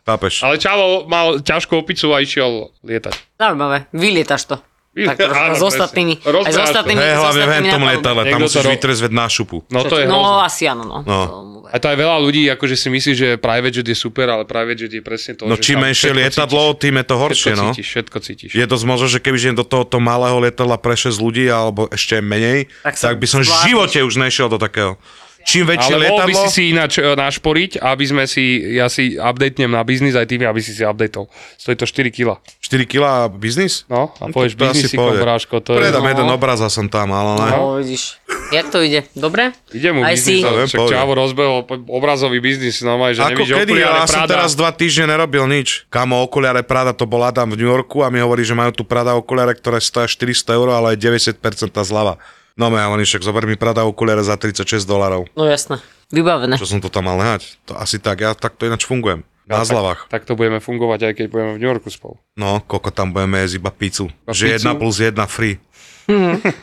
[SPEAKER 9] chápeš.
[SPEAKER 7] Ale Čavo mal ťažkú opicu a išiel lietať.
[SPEAKER 8] zaujímavé, vylietaš to.
[SPEAKER 7] Vy-
[SPEAKER 8] Tak trošku
[SPEAKER 7] áno,
[SPEAKER 8] s
[SPEAKER 7] presne.
[SPEAKER 8] ostatnými. Aj
[SPEAKER 7] Rozbráš
[SPEAKER 8] s
[SPEAKER 7] to.
[SPEAKER 8] ostatnými.
[SPEAKER 9] Hej,
[SPEAKER 8] s
[SPEAKER 9] hlavne v
[SPEAKER 8] ostatnými
[SPEAKER 9] tom
[SPEAKER 8] na tom.
[SPEAKER 9] letadle, tam
[SPEAKER 7] Niekto to
[SPEAKER 9] musíš
[SPEAKER 7] ro-
[SPEAKER 9] vytrezveť na šupu.
[SPEAKER 7] No to je
[SPEAKER 8] no,
[SPEAKER 7] hrozné.
[SPEAKER 8] asi áno, no.
[SPEAKER 9] No.
[SPEAKER 8] Tomu ver.
[SPEAKER 7] A to aj veľa ľudí, akože si myslí, že private jet je super, ale private jet je presne to, že
[SPEAKER 9] No čím
[SPEAKER 7] tam
[SPEAKER 9] menšie
[SPEAKER 7] všetko
[SPEAKER 9] lietadlo,
[SPEAKER 7] cítiš.
[SPEAKER 9] tým je to horšie,
[SPEAKER 7] všetko
[SPEAKER 9] no.
[SPEAKER 7] cítiš, všetko cítiš.
[SPEAKER 9] Je dosť možné, že keby že do tohoto malého lietadla pre 6 ľudí, alebo ešte menej,
[SPEAKER 8] Tak
[SPEAKER 9] tak,
[SPEAKER 8] sa
[SPEAKER 9] by som v
[SPEAKER 8] zvládneš.
[SPEAKER 9] živote už nešiel do takého. Čím väčšie
[SPEAKER 7] Ale mohol by
[SPEAKER 9] lietadlo,
[SPEAKER 7] si si ináč e, našporiť, aby sme si, ja si updatenem na biznis aj tým, aby si si updateol. Stojí to 4 kila.
[SPEAKER 9] 4 kg biznis?
[SPEAKER 7] No, a
[SPEAKER 9] No,
[SPEAKER 7] povieš
[SPEAKER 9] to- to asi
[SPEAKER 7] biznisikom,
[SPEAKER 9] pôjde.
[SPEAKER 7] bráško, to je...
[SPEAKER 9] Predám
[SPEAKER 8] no.
[SPEAKER 9] jeden obraz a som tam, ale ne.
[SPEAKER 8] No, vidíš. Jak to ide? Dobre?
[SPEAKER 7] Ide mu
[SPEAKER 8] Aj si-
[SPEAKER 7] biznis, ale
[SPEAKER 9] Viem,
[SPEAKER 7] však
[SPEAKER 9] poviem.
[SPEAKER 7] Čavo rozbehol po- obrazový biznis, no maj, že
[SPEAKER 9] Ako
[SPEAKER 7] nevidíš
[SPEAKER 9] kedy,
[SPEAKER 7] okuliare
[SPEAKER 9] ja som
[SPEAKER 7] Prada.
[SPEAKER 9] teraz dva týždne nerobil nič. Kamo, okuliare Prada, to bol Adam v New Yorku a mi hovorí, že majú tu Prada okuliare, ktoré stoja 400 eur, ale je 90% zľava. No ja oni však zober mi Prada okuliare za 36 dolarov.
[SPEAKER 8] No jasné. Vybavené.
[SPEAKER 9] Čo som to tam mal nehať? To asi tak, ja takto ináč fungujem. Na
[SPEAKER 7] No,
[SPEAKER 9] zľavách.
[SPEAKER 7] Tak to budeme fungovať, aj keď budeme v New Yorku spolu.
[SPEAKER 9] No, koľko tam budeme jesť iba pizzu.
[SPEAKER 7] Iba
[SPEAKER 9] že
[SPEAKER 7] pizzu? Mhm.
[SPEAKER 9] 1 plus 1 free.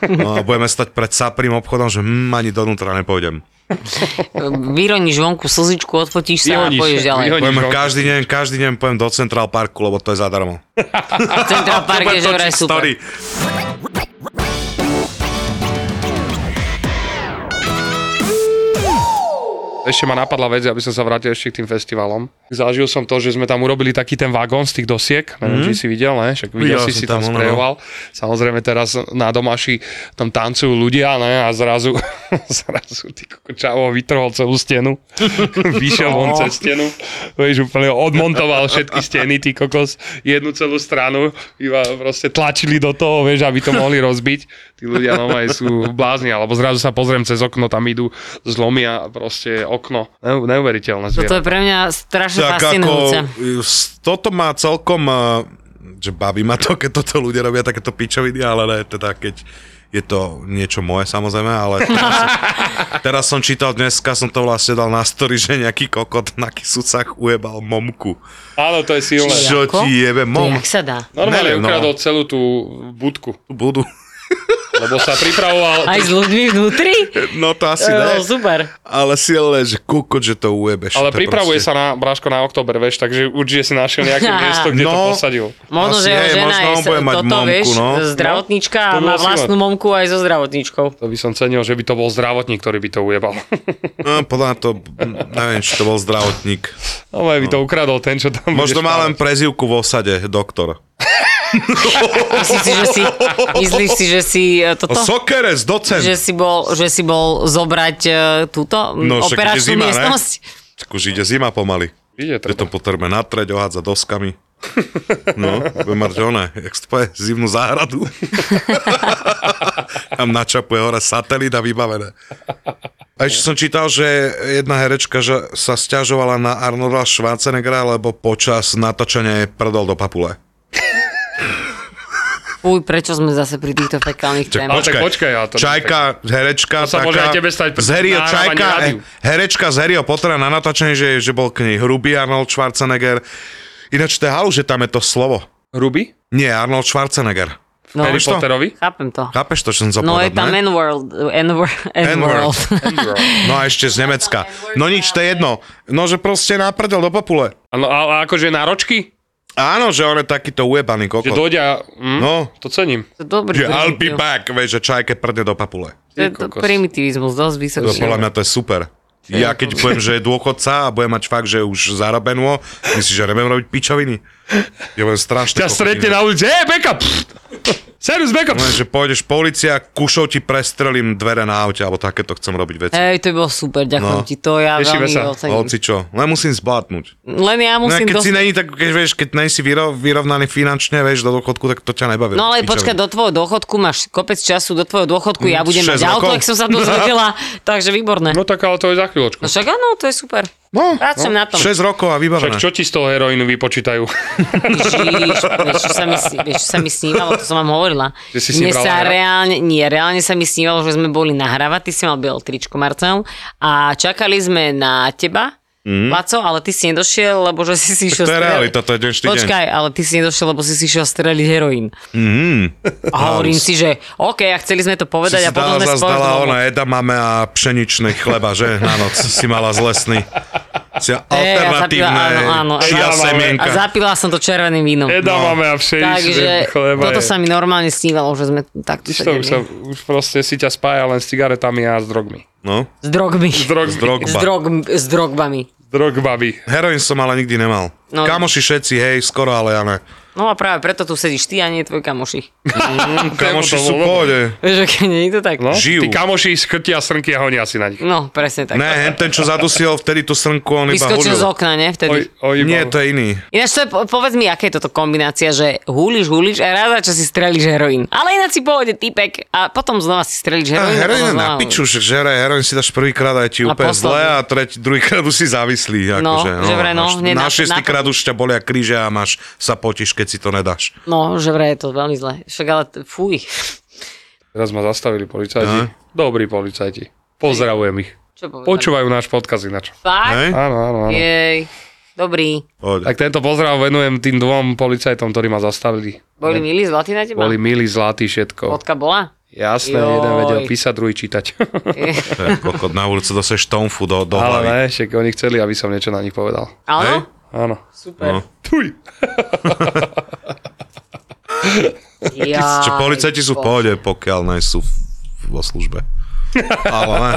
[SPEAKER 9] No a budeme stať pred saprým obchodom, že hm, ani dovnútra nepôjdem.
[SPEAKER 8] Vyroníš vonku slzičku, odfotíš sa a
[SPEAKER 7] Vyhoníš,
[SPEAKER 8] pôjdeš ďalej.
[SPEAKER 7] vyhoníš.
[SPEAKER 9] Budeme
[SPEAKER 7] vonku.
[SPEAKER 9] každý deň, každý deň pojem do Central Parku, lebo to je zadarmo.
[SPEAKER 8] A Central No, Park je teda
[SPEAKER 9] Budem
[SPEAKER 8] že
[SPEAKER 9] točiť
[SPEAKER 8] vraj super.
[SPEAKER 9] story.
[SPEAKER 7] Ešte ma napadla vec, aby som sa vrátil ešte k tým festivalom. Zažil som to, že sme tam urobili taký ten vagón z tých dosiek, neviem, či si videl, ne? Však videl, si
[SPEAKER 9] Mhm. Videl som
[SPEAKER 7] si tam
[SPEAKER 9] tam, no, no.
[SPEAKER 7] sprejoval. Samozrejme teraz na domaši tam tancujú ľudia, ne? A zrazu, zrazu ty koko, čavo vytrhol celú stenu. Vyšiel von cez stenu. Vieš, úplne odmontoval všetky steny, ty kokos. Jednu celú stranu iba proste tlačili do toho, vieš, aby to mohli rozbiť. Tí ľudia normálne sú blázni, alebo zrazu sa pozriem cez okno, tam idú, zlomia proste okno. Neu- Neuveriteľné
[SPEAKER 8] Toto
[SPEAKER 7] zviera.
[SPEAKER 8] je pre mňa strašne
[SPEAKER 9] Tak ako,
[SPEAKER 8] fascinujúce.
[SPEAKER 9] s- toto má celkom, eh, že baví ma to, keď toto ľudia robia takéto pičoviny, ale ne, teda keď je to niečo moje samozrejme, ale teraz, teraz som čítal dneska, som to vlastne dal na story, že nejaký kokot na kisucach ujebal momku.
[SPEAKER 7] Áno, to je silné.
[SPEAKER 9] Čo
[SPEAKER 8] Ako?
[SPEAKER 9] ti jebe,
[SPEAKER 8] To
[SPEAKER 9] mom?
[SPEAKER 8] jak sa dá?
[SPEAKER 7] Normálne
[SPEAKER 9] Neviem, no.
[SPEAKER 7] ukradol celú tú budku,
[SPEAKER 9] Budú.
[SPEAKER 7] lebo sa pripravoval...
[SPEAKER 8] Aj s ľuďmi vnútri?
[SPEAKER 9] No to asi
[SPEAKER 8] Eh,
[SPEAKER 9] ne.
[SPEAKER 8] Super.
[SPEAKER 9] Ale silné, že kokot, že to ujebeš.
[SPEAKER 7] Ale
[SPEAKER 9] To je
[SPEAKER 7] pripravuje
[SPEAKER 9] proste-
[SPEAKER 7] sa na Bráško na oktober, vieš, takže určite si našiel nejaké
[SPEAKER 8] Á.
[SPEAKER 7] miesto, kde to
[SPEAKER 9] No.
[SPEAKER 7] posadil.
[SPEAKER 8] Možno,
[SPEAKER 9] Asi
[SPEAKER 8] že jeho
[SPEAKER 9] hej,
[SPEAKER 8] žena
[SPEAKER 9] možno
[SPEAKER 8] je
[SPEAKER 9] on bude mať
[SPEAKER 8] toto,
[SPEAKER 9] momku,
[SPEAKER 8] vieš,
[SPEAKER 9] no.
[SPEAKER 8] zdravotníčka a
[SPEAKER 7] No, to
[SPEAKER 8] má
[SPEAKER 7] bolo
[SPEAKER 8] vlastnú
[SPEAKER 7] silné.
[SPEAKER 8] momku aj so zdravotníčkou.
[SPEAKER 7] To by som cenil, že by to bol zdravotník, ktorý by to ujebal.
[SPEAKER 9] No, podľa mňa to, mm, neviem, či to bol zdravotník.
[SPEAKER 7] Ale No, by to ukradol ten, čo
[SPEAKER 8] Hm.
[SPEAKER 7] tam
[SPEAKER 9] No. Možno
[SPEAKER 7] bude
[SPEAKER 9] má
[SPEAKER 7] špávať.
[SPEAKER 9] len prezivku v osade, doktor.
[SPEAKER 8] Myslíš si, že si, myslíš si, že si e, toto?
[SPEAKER 9] No, Sokerec, docent.
[SPEAKER 8] Že si bol, že si bol zobrať e, túto m,
[SPEAKER 9] No, však ide
[SPEAKER 8] operačnú
[SPEAKER 9] zima, ne?
[SPEAKER 8] miestnosť?
[SPEAKER 9] Tak už ide zima pomaly.
[SPEAKER 7] Ide
[SPEAKER 9] Je
[SPEAKER 7] treba.
[SPEAKER 9] to potrebujeme natreť, ohádzať doskami. No, budem mať oné, jak to povie, zimnú záhradu. Tam načapuje hore satelit a vybavené. A ešte som čítal, že jedna herečka že sa stiažovala na Arnolda Schwarzeneggera, lebo počas natáčania jej prdol do papule.
[SPEAKER 8] Uj, prečo sme zase pri týchto fekálnych
[SPEAKER 9] Čak,
[SPEAKER 8] témach?
[SPEAKER 7] tak počkaj, ja to
[SPEAKER 9] Čajka,
[SPEAKER 7] To
[SPEAKER 9] herečka,
[SPEAKER 7] sa môže aj tebe stať pri
[SPEAKER 9] z Herio,
[SPEAKER 7] nahrávaní
[SPEAKER 9] čajka,
[SPEAKER 7] rádiu.
[SPEAKER 9] eh, herečka z Herio Pottera na natáčení, že, že bol k nej hrubý Arnold Schwarzenegger. Ináč to je halu, že tam je to slovo.
[SPEAKER 7] Ruby?
[SPEAKER 9] Nie, Arnold Schwarzenegger.
[SPEAKER 8] No,
[SPEAKER 7] Harry
[SPEAKER 9] Chápeš to?
[SPEAKER 7] Potterovi?
[SPEAKER 8] chápem to.
[SPEAKER 9] Chápeš to, čo som chcel
[SPEAKER 8] No je
[SPEAKER 9] povedať,
[SPEAKER 8] tam
[SPEAKER 9] ne?
[SPEAKER 8] N-World. N-World. N-World.
[SPEAKER 9] No a ešte z Nemecka. No nič, to je jedno. No, že proste naprdel do popule.
[SPEAKER 7] Áno, ale akože náročky?
[SPEAKER 9] Áno, že on je takýto ujebaný
[SPEAKER 7] Že
[SPEAKER 9] kokot.
[SPEAKER 7] dodia... Hm?
[SPEAKER 9] No,
[SPEAKER 7] To cením.
[SPEAKER 8] To je dobrý
[SPEAKER 9] že I'll
[SPEAKER 8] primitiv.
[SPEAKER 9] be back, vieš, že čajke prdne do papule.
[SPEAKER 8] To je to
[SPEAKER 7] kokos.
[SPEAKER 8] primitivizmus, dosť
[SPEAKER 9] To,
[SPEAKER 8] vysoký.
[SPEAKER 9] podľa mňa to je super. Ja keď poviem, že je dôchodca a budem mať fakt, že už zarobenú, myslíš, že neviem robiť pičoviny? Ja budem strašne...
[SPEAKER 7] Ťa stretne na ulici, hej, backup! Servus, Beko!
[SPEAKER 9] Lenže pôjdeš policia, kušou ti prestrelím dvere na aute, alebo takéto chcem robiť veci.
[SPEAKER 8] Hej, to by bolo super, ďakujem no. ti, to ja veľmi
[SPEAKER 7] Tešíme sa.
[SPEAKER 8] ocením.
[SPEAKER 9] Hoci čo, len musím zblátnuť.
[SPEAKER 8] Len ja
[SPEAKER 9] No,
[SPEAKER 8] musím
[SPEAKER 9] keď si
[SPEAKER 8] dosť...
[SPEAKER 9] není, tak keď, vieš, keď nejsi vyro, vyrovnaný finančne, vieš, do dôchodku, tak to ťa nebaví.
[SPEAKER 8] No ale
[SPEAKER 9] Pičovi.
[SPEAKER 8] počkaj, do tvojho dôchodku máš kopec času, do tvojho dôchodku ja
[SPEAKER 9] Mm,
[SPEAKER 8] budem mať
[SPEAKER 9] šesť
[SPEAKER 8] auto,
[SPEAKER 9] rokov.
[SPEAKER 8] ak som sa dozvedela, takže výborné.
[SPEAKER 7] No tak ale to je za chvíľočku.
[SPEAKER 8] No však áno, to je super.
[SPEAKER 9] No,
[SPEAKER 8] Pracujem na tom.
[SPEAKER 9] 6 rokov a vybavené.
[SPEAKER 7] Však čo ti z toho heroínu vypočítajú?
[SPEAKER 8] Ježiš, vieš, čo sa mi, sní- vieš, čo sa mi snívalo, to som vám hovorila.
[SPEAKER 7] Ty si si
[SPEAKER 8] Mne
[SPEAKER 7] brala
[SPEAKER 8] sa
[SPEAKER 7] hra?
[SPEAKER 8] reálne, nie, reálne sa mi snívalo, že sme boli nahrávať, ty si mal biel tričko, Marcel, a čakali sme na teba, Mm. Laco, ale ty si nedošiel, lebo že si si
[SPEAKER 9] Mhm. Tak
[SPEAKER 8] išiel
[SPEAKER 9] to je
[SPEAKER 8] streliť-
[SPEAKER 9] realita, to je dnešný deň.
[SPEAKER 8] Počkaj, ale ty si nedošiel, lebo si si išiel streliť heroín.
[SPEAKER 9] Mm.
[SPEAKER 8] A hovorím si, že OK, a chceli sme to
[SPEAKER 9] Si
[SPEAKER 8] povedať
[SPEAKER 9] si
[SPEAKER 8] a potom
[SPEAKER 9] dala,
[SPEAKER 8] sme
[SPEAKER 9] zas
[SPEAKER 8] spolu
[SPEAKER 9] dala
[SPEAKER 8] domov.
[SPEAKER 9] ona edamame a pšeničný chleba, že? Na noc si mala z lesný. Si
[SPEAKER 8] Ej, a zapila-
[SPEAKER 9] alternatívne
[SPEAKER 8] áno, áno,
[SPEAKER 9] čia
[SPEAKER 8] edamame. A
[SPEAKER 9] semienka.
[SPEAKER 8] zapila som to červeným vínom.
[SPEAKER 7] Eda
[SPEAKER 9] No.
[SPEAKER 7] máme a pšeničný
[SPEAKER 8] Takže
[SPEAKER 7] chleba.
[SPEAKER 8] toto
[SPEAKER 7] je.
[SPEAKER 8] sa mi normálne snívalo, že sme takto
[SPEAKER 7] Víš, to už, sa,
[SPEAKER 8] sedeli.
[SPEAKER 7] už proste si ťa spája len s cigaretami a s drogmi.
[SPEAKER 9] No,
[SPEAKER 8] S drogmi.
[SPEAKER 7] S drogmi.
[SPEAKER 9] z drogba.
[SPEAKER 8] S, drog, s drogbami.
[SPEAKER 7] Drogbaby.
[SPEAKER 9] Heroin som ale nikdy nemal.
[SPEAKER 8] No.
[SPEAKER 9] Kamoši všetci, hej, skoro, ale ja ne.
[SPEAKER 8] No a práve preto tu sedíš ty a nie tvoj kamoši.
[SPEAKER 9] Kamoši
[SPEAKER 7] Hm, to
[SPEAKER 9] sú v
[SPEAKER 7] bolo?
[SPEAKER 9] pohode.
[SPEAKER 8] Vieš, aké nie je to tak?
[SPEAKER 7] No,
[SPEAKER 9] Žijú.
[SPEAKER 7] tí kamoši skrtia srnky a honia si na nich.
[SPEAKER 8] No, presne tak.
[SPEAKER 9] Ne, hen ten, čo zadusil vtedy tú slnku, on iba
[SPEAKER 8] Vyskočil z
[SPEAKER 9] hulil.
[SPEAKER 8] okna, ne?
[SPEAKER 7] Oj,
[SPEAKER 8] Vtedy.
[SPEAKER 7] oj,
[SPEAKER 9] Nie,
[SPEAKER 7] bol.
[SPEAKER 9] to je iný.
[SPEAKER 8] Ináč to je, po- povedz mi, aké je toto kombinácia, že húliš, húliš a ráda, čo si strelíš heroín. Ale ináč si pôjde typek a potom znova si strelíš heroín.
[SPEAKER 9] A
[SPEAKER 8] a
[SPEAKER 9] heroin
[SPEAKER 8] potom
[SPEAKER 9] je
[SPEAKER 8] znova-
[SPEAKER 9] na piču, že žere, heroin si dáš prvýkrát a je ti
[SPEAKER 8] A
[SPEAKER 9] úplne zle
[SPEAKER 8] posledný.
[SPEAKER 9] a tretí, druhýkrát už si závislý.
[SPEAKER 8] No,
[SPEAKER 9] Akože,
[SPEAKER 8] že vraj, no,
[SPEAKER 9] až
[SPEAKER 8] hneď na-
[SPEAKER 9] na šiestýkrát
[SPEAKER 8] na-
[SPEAKER 9] už ťa bolia kríže a máš sa potiš, keď si to nedáš.
[SPEAKER 8] No, že vraj je to veľmi zle. Však ale, t- fuj.
[SPEAKER 7] Teraz ma zastavili policajti. Dobrí policajti. Pozdravujem ich.
[SPEAKER 8] Čo povedal?
[SPEAKER 7] Počúvajú náš podkaz ináč.
[SPEAKER 8] Fakt?
[SPEAKER 9] Hej?
[SPEAKER 7] Áno, áno, áno.
[SPEAKER 8] Jej. Dobrý.
[SPEAKER 9] Poď.
[SPEAKER 7] Tak tento pozdrav venujem tým dvom policajtom, ktorí ma zastavili.
[SPEAKER 8] Boli milí zlatí na teba?
[SPEAKER 7] Boli milí, zlatí, všetko.
[SPEAKER 8] Fotka bola?
[SPEAKER 7] Jasné,
[SPEAKER 8] Joj.
[SPEAKER 7] jeden vedel písať, druhý čítať.
[SPEAKER 9] To je kokot na ulici dosť štomfu do, do
[SPEAKER 7] Ale
[SPEAKER 9] hlavy.
[SPEAKER 7] ne, však oni chceli, aby som niečo na nich povedal.
[SPEAKER 8] Áno?
[SPEAKER 7] Áno.
[SPEAKER 8] Super.
[SPEAKER 9] No.
[SPEAKER 7] Tuj.
[SPEAKER 8] Jaj,
[SPEAKER 9] Čo policajti sú v
[SPEAKER 8] po-
[SPEAKER 9] pohode, pokiaľ nie sú v- vo službe. Ale ne.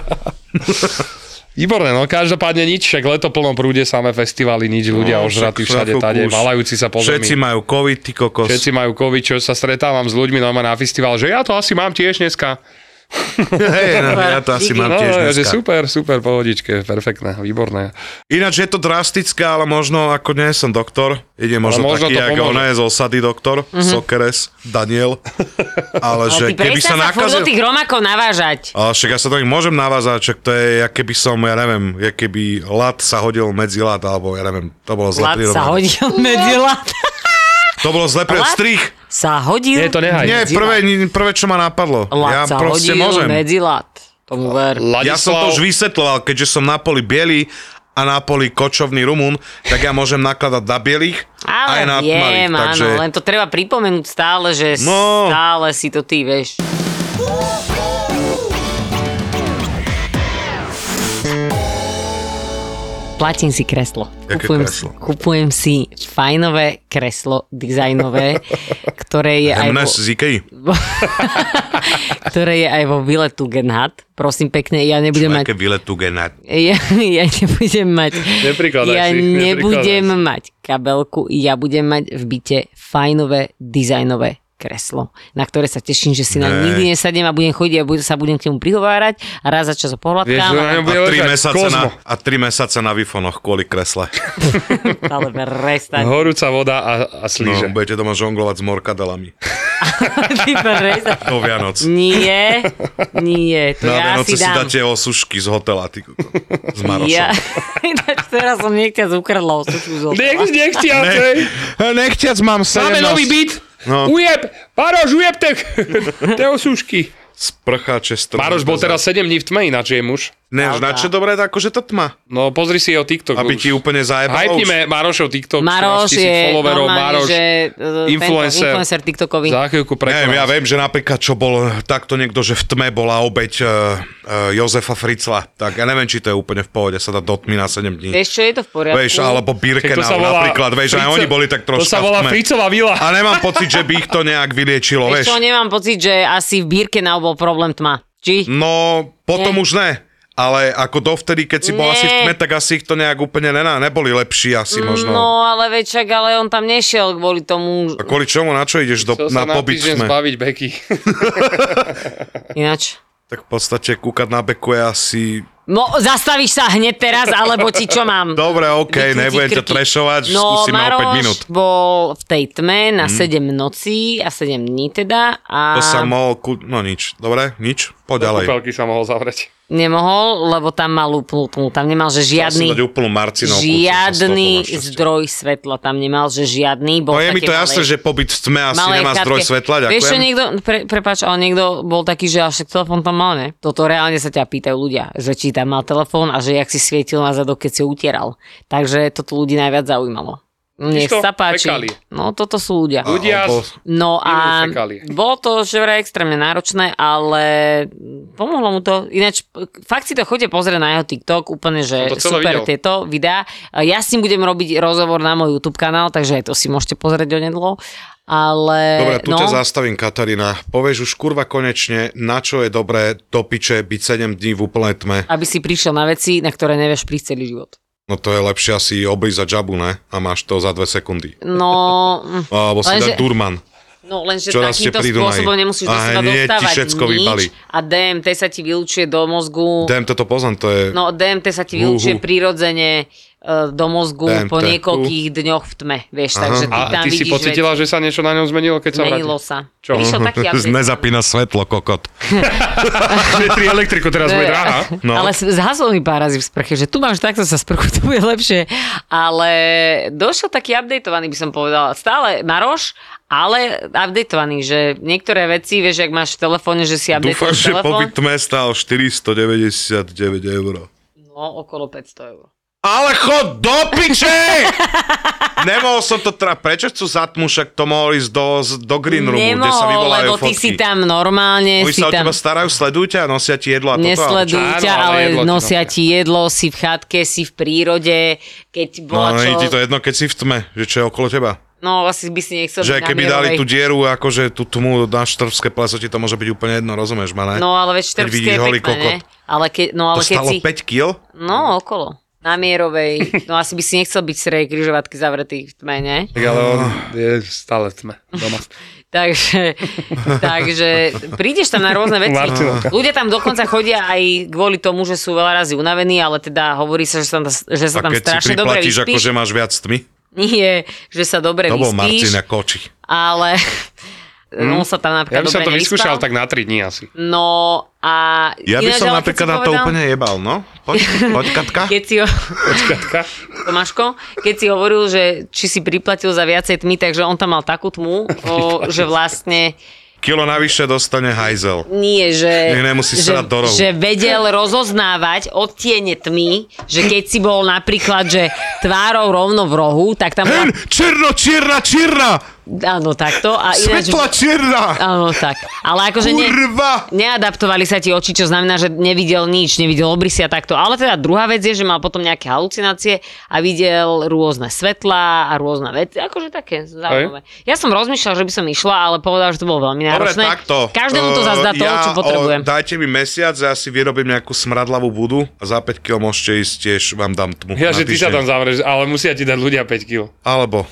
[SPEAKER 7] Výborné, no každopádne nič, však leto plnom prúde, samé festivaly, nič, ľudia
[SPEAKER 9] No,
[SPEAKER 7] ožratí
[SPEAKER 9] však
[SPEAKER 7] všade,
[SPEAKER 9] za chvíľku
[SPEAKER 7] tade,
[SPEAKER 9] už
[SPEAKER 7] malajúci sa po
[SPEAKER 9] Všetci
[SPEAKER 7] zemi.
[SPEAKER 9] majú covid, ty kokos.
[SPEAKER 7] Všetci majú COVID, čo sa stretávam s ľuďmi normálne na festival, že ja to asi mám tiež dneska.
[SPEAKER 9] Hej, no, ja to asi mám
[SPEAKER 7] No,
[SPEAKER 9] tiež
[SPEAKER 7] ja, že
[SPEAKER 9] dneska.
[SPEAKER 7] super, super, pohodičke, perfektné, výborné.
[SPEAKER 9] Ináč je to drastické, ale možno, ako nie som doktor, ide možno,
[SPEAKER 7] možno
[SPEAKER 9] taký,
[SPEAKER 7] to
[SPEAKER 9] ako
[SPEAKER 7] pomôže.
[SPEAKER 9] on je z osady doktor, Sokeres, Daniel, ale
[SPEAKER 8] Mhm. Ale
[SPEAKER 9] že
[SPEAKER 8] ty
[SPEAKER 9] keby sa
[SPEAKER 8] nakazil...
[SPEAKER 9] nakazil...
[SPEAKER 8] do tých Romakov navážať.
[SPEAKER 9] Ale však ja sa to môžem navázať, však to je, ja keby som, ja neviem, ja keby lat sa hodil medzi lat, alebo ja neviem, to bolo zle
[SPEAKER 8] Lad sa
[SPEAKER 9] prirovnané.
[SPEAKER 8] hodil medzi lad.
[SPEAKER 9] To bolo zle pri
[SPEAKER 8] Lad?
[SPEAKER 9] strich.
[SPEAKER 8] Sa hodil
[SPEAKER 7] Nie, to nehaj.
[SPEAKER 9] Nie,
[SPEAKER 8] medzi
[SPEAKER 9] prvé,
[SPEAKER 8] lad.
[SPEAKER 9] prvé, čo ma napadlo.
[SPEAKER 8] Lad
[SPEAKER 9] ja
[SPEAKER 8] sa
[SPEAKER 9] proste
[SPEAKER 8] hodil
[SPEAKER 9] môžem.
[SPEAKER 8] medzi lad. Tomu ver.
[SPEAKER 9] Ja som to už vysvetloval, keďže som na poli bielý a na poli kočovný rumún, tak ja môžem nakladať na bielých aj
[SPEAKER 8] Ale
[SPEAKER 9] na
[SPEAKER 8] viem,
[SPEAKER 9] tmavých. Takže...
[SPEAKER 8] áno, len to treba pripomenúť stále, že
[SPEAKER 9] No.
[SPEAKER 8] stále si to ty, vieš. Platím si kreslo.
[SPEAKER 9] Jaké
[SPEAKER 8] Kupujem,
[SPEAKER 9] kreslo?
[SPEAKER 8] Si, kupujem si fajnové kreslo, dizajnové, ktoré je aj... vo-
[SPEAKER 9] Mnes z Ikei.
[SPEAKER 8] ktoré je aj vo výletu Genhat. Prosím pekne, ja nebudem mať...
[SPEAKER 9] Aké vyletu genát.
[SPEAKER 8] Ja, ja nebudem mať...
[SPEAKER 7] Neprikladaj
[SPEAKER 8] ja
[SPEAKER 7] si, neprikladaj
[SPEAKER 8] nebudem
[SPEAKER 7] si.
[SPEAKER 8] mať kabelku, ja budem mať v byte fajnové, dizajnové kreslo, na ktoré sa teším, že si na
[SPEAKER 9] Ne.
[SPEAKER 8] ne. nikdy nesadnem a budem chodiť a budem, sa budem k nemu prihovárať a raz za čas ho
[SPEAKER 7] Vieš, že na
[SPEAKER 8] pohľadkám. a-
[SPEAKER 7] ňom
[SPEAKER 9] A
[SPEAKER 7] bude
[SPEAKER 9] tri,
[SPEAKER 7] ležať
[SPEAKER 9] mesace
[SPEAKER 7] kozmo.
[SPEAKER 9] na, a tri mesace na výfonoch kvôli kresle.
[SPEAKER 8] Ale prestaň.
[SPEAKER 7] Horúca voda a, a
[SPEAKER 9] No,
[SPEAKER 7] slíže.
[SPEAKER 9] budete doma žonglovať s morkadelami.
[SPEAKER 8] Ty prestaň.
[SPEAKER 9] Do Vianoc.
[SPEAKER 8] Nie, nie, to
[SPEAKER 9] Na
[SPEAKER 8] ja
[SPEAKER 9] Vianoce
[SPEAKER 8] si
[SPEAKER 9] si
[SPEAKER 8] dám.
[SPEAKER 9] dáte osušky z hotela. Ty, kokos. z Maroša.
[SPEAKER 8] ja, ináč teraz som niekťa zúkrla osučku z
[SPEAKER 7] Nech,
[SPEAKER 8] otola.
[SPEAKER 7] nechtia, hej. Eh,
[SPEAKER 9] Nechťac mám 17.
[SPEAKER 7] Máme nový byt.
[SPEAKER 9] No.
[SPEAKER 7] Ujeb, Maroš, ujeb te, te osušky.
[SPEAKER 9] Sprcháče stroj.
[SPEAKER 7] Maroš bol teraz 7 dní v tme, ináč je muž.
[SPEAKER 9] Ne, na čo dobré, tak akože tá tma.
[SPEAKER 7] No pozri si jeho TikTok.
[SPEAKER 9] Aby
[SPEAKER 7] už.
[SPEAKER 9] ti úplne zajebalo. už.
[SPEAKER 7] Hypnime Marošov TikTok.
[SPEAKER 8] Maroš
[SPEAKER 7] 14 tisíc
[SPEAKER 8] je
[SPEAKER 7] followerov,
[SPEAKER 8] normálne,
[SPEAKER 7] Maroš,
[SPEAKER 8] že e,
[SPEAKER 7] influencer.
[SPEAKER 8] Tento, influencer TikTokový.
[SPEAKER 7] Za chvíľku
[SPEAKER 9] Neviem, ja
[SPEAKER 7] prekonal.
[SPEAKER 9] viem, že napríklad, čo bol takto niekto, že v tme bola obeď uh, uh, Jozefa Fricla, tak ja neviem, či to je úplne v pohode, sa dá do tmy na 7 dní.
[SPEAKER 8] Vieš, čo je to v poriadku?
[SPEAKER 9] Vieš, alebo
[SPEAKER 7] Však to
[SPEAKER 9] Birkenau
[SPEAKER 7] sa volá
[SPEAKER 9] napríklad, vieš, aj
[SPEAKER 7] Frico-
[SPEAKER 9] oni boli tak troška
[SPEAKER 7] To sa volá
[SPEAKER 9] v tme.
[SPEAKER 7] Fricová vila.
[SPEAKER 9] A nemám pocit, že by ich to nejak vyliečilo,
[SPEAKER 8] Vieš
[SPEAKER 9] vieš.
[SPEAKER 8] čo, nemám pocit, že asi v Birkenau bol problém tma. Či?
[SPEAKER 9] No, potom
[SPEAKER 8] Nie.
[SPEAKER 9] už ne. A Ale ako dovtedy, keď si bol
[SPEAKER 8] Ne.
[SPEAKER 9] asi v tme, tak asi ich to nejak úplne nená, neboli lepší asi možno.
[SPEAKER 8] No ale večak, ale on tam nešiel kvôli tomu.
[SPEAKER 9] A kvôli čomu, na čo ideš do,
[SPEAKER 7] Chcel sa
[SPEAKER 9] na
[SPEAKER 7] na
[SPEAKER 9] pobyt v
[SPEAKER 7] týždeň
[SPEAKER 9] tme?
[SPEAKER 7] zbaviť Beky.
[SPEAKER 8] Ináč.
[SPEAKER 9] Tak v podstate kúkať na beku je asi...
[SPEAKER 8] No, zastavíš sa hneď teraz, alebo ti čo mám?
[SPEAKER 9] Dobre, OK,
[SPEAKER 8] Vykrúti
[SPEAKER 9] No, nebudem ťa
[SPEAKER 8] krky.
[SPEAKER 9] trešovať,
[SPEAKER 8] No,
[SPEAKER 9] skúsime o 5
[SPEAKER 8] Maroš
[SPEAKER 9] minút.
[SPEAKER 8] bol v tej tme na
[SPEAKER 9] Mm.
[SPEAKER 8] 7 nocí a 7 dní teda a
[SPEAKER 9] To sa mohol... Ku... No nič, dobre, nič, poď ďalej.
[SPEAKER 7] Kúpelky sa mohol zavrieť.
[SPEAKER 8] nemohol, lebo tam mal úplnú, tam nemal, že
[SPEAKER 9] Chcel som dať
[SPEAKER 8] žiadny,
[SPEAKER 9] úplnú vlastne, marcinovku.
[SPEAKER 8] žiadny zdroj svetla, tam nemal, že žiadny. Bol
[SPEAKER 9] No je mi
[SPEAKER 8] také
[SPEAKER 9] to jasné,
[SPEAKER 8] malé-
[SPEAKER 9] že pobyt v tme asi
[SPEAKER 8] malé
[SPEAKER 9] nemá
[SPEAKER 8] krátke.
[SPEAKER 9] zdroj svetla,
[SPEAKER 8] Vieš čo,
[SPEAKER 9] ďakujem.
[SPEAKER 8] niekto, pre, prepáč, ale niekto bol taký, že až telefón tam mal, ne? Toto reálne sa ťa pýtajú ľudia, že či tam mal telefón a že jak si svietil na zadok, keď si ho utieral. Takže toto ľudí najviac zaujímalo. Nech
[SPEAKER 7] Čisto
[SPEAKER 8] sa páči.
[SPEAKER 7] fekálie.
[SPEAKER 8] No toto sú ľudia.
[SPEAKER 7] Ľudia
[SPEAKER 9] Alebo-
[SPEAKER 7] s-
[SPEAKER 8] No a
[SPEAKER 7] Idú fekálie.
[SPEAKER 8] bolo to že vraj extrémne náročné, ale pomohlo mu to. Ináč, p- fakt si to chodte pozrieť na jeho TikTok, úplne, že
[SPEAKER 7] Som to celé
[SPEAKER 8] super
[SPEAKER 7] videl.
[SPEAKER 8] tieto videá. A Ja s ním budem robiť rozhovor na môj YouTube kanál, takže aj to si môžete pozrieť onedlo. Ale...
[SPEAKER 9] Dobre, tu
[SPEAKER 8] no,
[SPEAKER 9] ťa zastavím, Katarína. Povieš už kurva konečne, na čo je dobré do piče byť 7 dní v úplnej tme.
[SPEAKER 8] aby si prišiel na veci, na ktoré nevieš prísť celý život.
[SPEAKER 9] No to je lepšie asi oblízať žabu, ne? A máš to za 2 sekundy.
[SPEAKER 8] No, mm,
[SPEAKER 9] Alebo si
[SPEAKER 8] Lenže-
[SPEAKER 9] dať Durman.
[SPEAKER 8] no lenže
[SPEAKER 9] Čo raz ste
[SPEAKER 8] takýmto
[SPEAKER 9] pri Dunaji?
[SPEAKER 8] spôsobom nemusíš do
[SPEAKER 9] A
[SPEAKER 8] seba
[SPEAKER 9] hneď ti
[SPEAKER 8] dostávať
[SPEAKER 9] všetko
[SPEAKER 8] nič
[SPEAKER 9] vybali.
[SPEAKER 8] a DMT sa ti vylúčuje do mozgu.
[SPEAKER 9] Dám toto poznám, to je...
[SPEAKER 8] No DMT sa ti
[SPEAKER 9] Uhu.
[SPEAKER 8] vylúčuje prirodzene e, do mozgu
[SPEAKER 9] DMT.
[SPEAKER 8] po niekoľkých dňoch v tme, vieš,
[SPEAKER 9] Aha.
[SPEAKER 8] takže ty
[SPEAKER 7] A
[SPEAKER 8] tam
[SPEAKER 7] ty si
[SPEAKER 8] vidíš
[SPEAKER 7] pocitila, že sa niečo na ňom zmenilo, keď sa
[SPEAKER 8] zmenilo
[SPEAKER 7] vrátil?
[SPEAKER 8] sa.
[SPEAKER 7] Čo?
[SPEAKER 8] Prišiel taký update.
[SPEAKER 9] Nezapína svetlo, kokot.
[SPEAKER 7] Šetri elektriku teraz bude drahá.
[SPEAKER 9] No.
[SPEAKER 8] Ale s- zhasol mi pár razy v sprche, že tu máš takto sa sprchu, to bude lepšie. Ale došiel taký updateovaný, by som povedala. Stále Maroš, ale updateovaný, že niektoré veci, vieš, ak máš v telefóne, že si
[SPEAKER 9] Dúfam,
[SPEAKER 8] updatuješ
[SPEAKER 9] že
[SPEAKER 8] telefón,
[SPEAKER 9] pobyt tme stál 499 eur.
[SPEAKER 8] no okolo 500 eur.
[SPEAKER 9] Ale chod do piče! Nemohol som to tra... Prečo chcú zatmu, však to mohol ísť do, do green roomu, kde sa
[SPEAKER 8] Nemohol,
[SPEAKER 9] vyvolajú
[SPEAKER 8] lebo
[SPEAKER 9] fotky.
[SPEAKER 8] ty si tam normálne,
[SPEAKER 9] Oni
[SPEAKER 8] si
[SPEAKER 9] sa o
[SPEAKER 8] tam...
[SPEAKER 9] teba starajú, sledujú ťa, nosia ti jedlo a toto.
[SPEAKER 8] Nesledujú
[SPEAKER 7] Áno,
[SPEAKER 8] ťa,
[SPEAKER 7] ale
[SPEAKER 8] ale
[SPEAKER 7] jedlo ti
[SPEAKER 8] nosia
[SPEAKER 7] nosia.
[SPEAKER 8] ti jedlo, si v chatke, si v prírode, keď bola
[SPEAKER 9] No,
[SPEAKER 8] čo...
[SPEAKER 9] je ti to jedno, keď si v tme, že čo je okolo teba.
[SPEAKER 8] No, asi by si nechcel
[SPEAKER 9] Že
[SPEAKER 8] byť na
[SPEAKER 9] keby
[SPEAKER 8] Mierovej.
[SPEAKER 9] dali tú dieru, akože tú tmu na štrbské pleso, ti to môže byť úplne jedno, rozumieš ma, ne?
[SPEAKER 8] No, ale veď
[SPEAKER 9] Keď
[SPEAKER 8] Štrbské
[SPEAKER 9] vidíš
[SPEAKER 8] je
[SPEAKER 9] holý
[SPEAKER 8] pekné, ne?
[SPEAKER 9] kokot.
[SPEAKER 8] Ale keď, no, ale
[SPEAKER 9] To
[SPEAKER 8] keď
[SPEAKER 9] stalo
[SPEAKER 8] si...
[SPEAKER 9] 5 kg?
[SPEAKER 8] No, okolo. Na Mierovej. No, asi by si nechcel byť v srej križovatky zavretý v tme, ne?
[SPEAKER 7] Tak ale on je stále v tme doma.
[SPEAKER 8] Takže, takže prídeš tam na rôzne veci.
[SPEAKER 7] Martinovka.
[SPEAKER 8] Ľudia tam dokonca chodia aj kvôli tomu, že sú veľa razy unavení, ale teda hovorí sa, že sa tam, že sa
[SPEAKER 9] A
[SPEAKER 8] tam
[SPEAKER 9] keď si
[SPEAKER 8] strašne dobre
[SPEAKER 9] priplatíš,
[SPEAKER 8] vyspíš.
[SPEAKER 9] akože máš viac tmy?
[SPEAKER 8] Nie, že sa dobre
[SPEAKER 9] To bol
[SPEAKER 8] vyspíš.
[SPEAKER 9] Martin a Koči.
[SPEAKER 8] ale
[SPEAKER 9] Hm?
[SPEAKER 8] on sa tam
[SPEAKER 7] Ja
[SPEAKER 8] napríklad
[SPEAKER 7] by som
[SPEAKER 8] dobre
[SPEAKER 7] to vyskúšal
[SPEAKER 8] nevyspal.
[SPEAKER 7] tak na 3 dní asi.
[SPEAKER 8] No a...
[SPEAKER 9] Ja by
[SPEAKER 8] ináč,
[SPEAKER 9] som
[SPEAKER 8] ale keď
[SPEAKER 9] napríklad
[SPEAKER 8] si
[SPEAKER 9] na to
[SPEAKER 8] povedal-
[SPEAKER 9] úplne jebal, no. Poď, poď Katka.
[SPEAKER 8] Keď si, ho-
[SPEAKER 7] Počkatka.
[SPEAKER 8] Tomáško, keď si hovoril, že či si priplatil za viacej tmy, takže on tam mal takú tmu, o, že vlastne
[SPEAKER 9] Kilo navyše dostane hajzel.
[SPEAKER 8] nie, že,
[SPEAKER 9] Nech nemusí
[SPEAKER 8] že,
[SPEAKER 9] srať do rohu.
[SPEAKER 8] že vedel rozoznávať odtiene tmy, že keď si bol napríklad, že tvárou rovno v rohu, tak tam bola,
[SPEAKER 9] Hen, čirno, čirna, čirna!
[SPEAKER 8] áno, takto. A ináč,
[SPEAKER 9] Svetla čirna!
[SPEAKER 8] áno, tak. Ale akože nie,
[SPEAKER 9] Kurva!
[SPEAKER 8] Neadaptovali sa ti oči, čo znamená, že nevidel nič, nevidel obrysy a takto. Ale teda druhá vec je, že mal potom nejaké halucinácie a videl rôzne svetlá a rôzne veci. Akože také zaujímavé. Ja som rozmýšľal, že by som išla, ale povedal, že to bolo veľmi
[SPEAKER 9] Dobre,
[SPEAKER 8] náročné.
[SPEAKER 9] takto.
[SPEAKER 8] Každému to
[SPEAKER 9] Eh,
[SPEAKER 8] zazdá to,
[SPEAKER 9] ja
[SPEAKER 8] čo potrebujem.
[SPEAKER 9] O, dajte mi mesiac, ja si vyrobím nejakú smradlavú budu a za 5 kg môžete ísť tiež, vám dám tmu.
[SPEAKER 7] Ja,
[SPEAKER 9] na
[SPEAKER 7] že ty sa
[SPEAKER 9] týždeň.
[SPEAKER 7] tam zavrieš, ale musia ti dať ľudia 5 kg.
[SPEAKER 9] Alebo.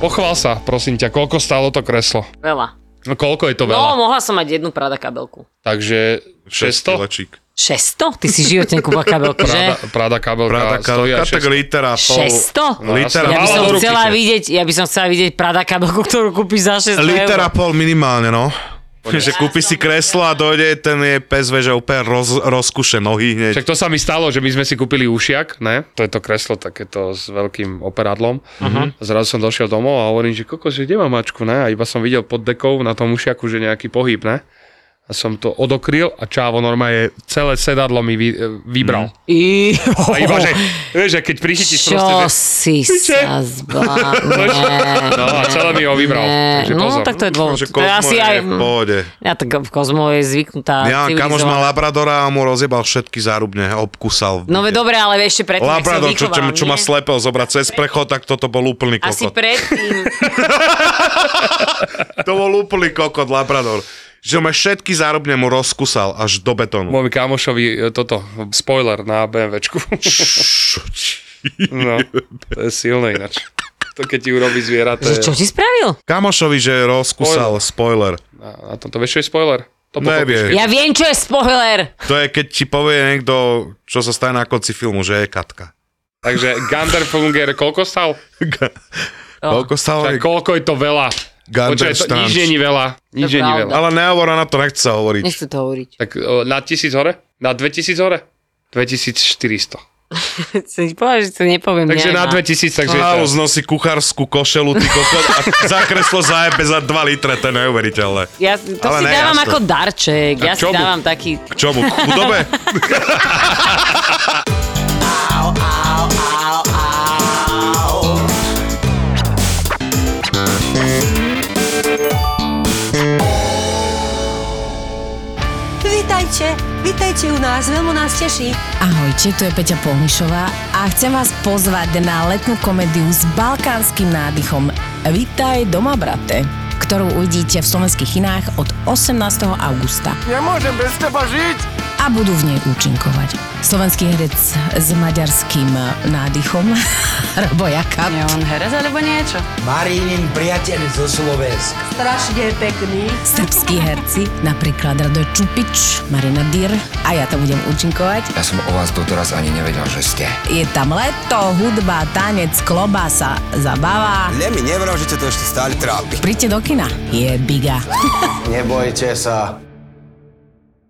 [SPEAKER 7] Pochvál sa, prosím ťa, koľko stálo to kreslo?
[SPEAKER 8] Veľa.
[SPEAKER 7] No koľko je to
[SPEAKER 8] No,
[SPEAKER 7] veľa?
[SPEAKER 8] mohla som mať jednu Prada kabelku.
[SPEAKER 7] Takže 600?
[SPEAKER 9] Kiločík.
[SPEAKER 8] 600? Ty si životne kúpa kabelku,
[SPEAKER 7] Prada,
[SPEAKER 8] že?
[SPEAKER 7] Prada kabelka
[SPEAKER 9] Prada
[SPEAKER 7] stojí
[SPEAKER 9] ka-
[SPEAKER 7] aj
[SPEAKER 9] tak
[SPEAKER 7] 600.
[SPEAKER 9] liter a pol.
[SPEAKER 8] 600? No, Ja
[SPEAKER 9] Liter a
[SPEAKER 8] by
[SPEAKER 7] Málo
[SPEAKER 8] som
[SPEAKER 9] pol.
[SPEAKER 7] do ruky
[SPEAKER 8] chcela
[SPEAKER 7] to.
[SPEAKER 8] vidieť, ja by som chcela vidieť Prada kabelku, ktorú kúpiš za 600
[SPEAKER 9] Liter a
[SPEAKER 8] eur.
[SPEAKER 9] pol minimálne, no. Že kúpi si kreslo a dojde ten je PSV, že úplne roz, rozkuše nohy hneď.
[SPEAKER 7] Však to sa mi stalo, že my sme si kúpili ušiak, ne? To je to kreslo takéto s veľkým operadlom. Uh-huh. Zrazu som došiel domov a hovorím, že koko, že kde mám mačku, ne? A iba som videl pod dekou na tom ušiaku, že nejaký pohyb, ne? A a som to odokryl a čávo normálne celé sedadlo mi vy, vybral.
[SPEAKER 8] Mhm.
[SPEAKER 7] Mm.
[SPEAKER 8] I...
[SPEAKER 7] A iba, že, vieš, že keď prichytíš
[SPEAKER 8] Čo
[SPEAKER 7] proste, že,
[SPEAKER 8] si sa zba...
[SPEAKER 7] No a celé mi ho vybral, takže
[SPEAKER 8] No,
[SPEAKER 7] pozor.
[SPEAKER 8] tak to je dôvod.
[SPEAKER 9] Že
[SPEAKER 8] To je
[SPEAKER 9] Kozmo
[SPEAKER 8] asi
[SPEAKER 9] Akože je
[SPEAKER 8] aj... Mm.
[SPEAKER 9] v pohode.
[SPEAKER 8] Ja tak v Kozmo je zvyknutá
[SPEAKER 9] Ja, kamoš mal
[SPEAKER 8] civilizovaná.
[SPEAKER 9] Labradora a mu rozjebal všetky zárubne, obkusal. v
[SPEAKER 8] No veď
[SPEAKER 9] bude.
[SPEAKER 8] dobre, ale vieš, ešte predtým, ak sa
[SPEAKER 9] Labrador, čo, čo,
[SPEAKER 8] vychoval,
[SPEAKER 9] čo ma
[SPEAKER 8] nie?
[SPEAKER 9] slepel zobrať cez prechod, tak toto bol úplný kokot.
[SPEAKER 8] Asi predtým.
[SPEAKER 9] To bol úplný kokot Labrador. Že ma všetky zárobne mu rozkusal až do betónu.
[SPEAKER 7] Môjmu kamošovi e, toto, spoiler na BMWčku. No, to je silné ináč. To keď ti urobí zviera, to
[SPEAKER 8] Že
[SPEAKER 7] je...
[SPEAKER 8] čo ti spravil?
[SPEAKER 9] Kamošovi, že rozkusal spoiler. No,
[SPEAKER 7] Na, na tomto, vieš, čo je spoiler? To
[SPEAKER 9] Neviem.
[SPEAKER 7] No, pochopíš, keď-
[SPEAKER 8] Ja viem, čo je spoiler.
[SPEAKER 9] To je, keď ti povie niekto, čo sa stane na konci filmu, že je katka.
[SPEAKER 7] Takže Gunderfunger, koľko stal?
[SPEAKER 8] Oh.
[SPEAKER 9] Koľko stalo?
[SPEAKER 7] Čak, koľko je to veľa? Počkaj, to
[SPEAKER 9] Gunderstrange.
[SPEAKER 7] nič není veľa.
[SPEAKER 8] To
[SPEAKER 7] Nič
[SPEAKER 8] je
[SPEAKER 7] není
[SPEAKER 8] pravda.
[SPEAKER 7] veľa.
[SPEAKER 9] Ale nehovor, na to nechce sa hovoriť.
[SPEAKER 8] Nechcú to hovoriť.
[SPEAKER 7] Tak o, na 1000 hore? Na 2000 hore? 2400.
[SPEAKER 8] Chcem ti povedať, že to nepoviem.
[SPEAKER 7] Takže
[SPEAKER 8] nejak
[SPEAKER 7] na
[SPEAKER 8] má.
[SPEAKER 7] 2000, takže je to...
[SPEAKER 9] Halus nosí kuchárskú košelu, ty kokot, a zakreslo zajebe za 2 litre, to je neuveriteľné.
[SPEAKER 8] Ja to si
[SPEAKER 9] Ale ne,
[SPEAKER 8] dávam
[SPEAKER 9] jasné.
[SPEAKER 8] ako darček. Ja si
[SPEAKER 7] čomu?
[SPEAKER 8] dávam taký...
[SPEAKER 9] K čomu? K chudobe?
[SPEAKER 1] Vítajte, vítajte u nás, veľmi nás teší. Ahojte, tu je Peťa Polnišová a chcem vás pozvať na letnú komédiu s balkánskym nádychom Vítaj doma, brate ktorú uvidíte v slovenských inách od 18. augusta. Nemôžem bez teba žiť! A budú v nej účinkovať. Slovenský herec s maďarským nádychom Robo Jakab.
[SPEAKER 11] Marínin priateľ zo Slovenska.
[SPEAKER 1] Srbskí herci, napríklad Rado Čupič, Marina Dyr a ja to budem účinkovať.
[SPEAKER 11] Ja som o vás doteraz ani nevedel, že ste.
[SPEAKER 1] Je tam leto, hudba, tanec, klobasa, zabava.
[SPEAKER 11] Len mi nevral, že ťa to ešte stále trápi.
[SPEAKER 1] Príďte do kina. Je biga.
[SPEAKER 11] Nebojte sa,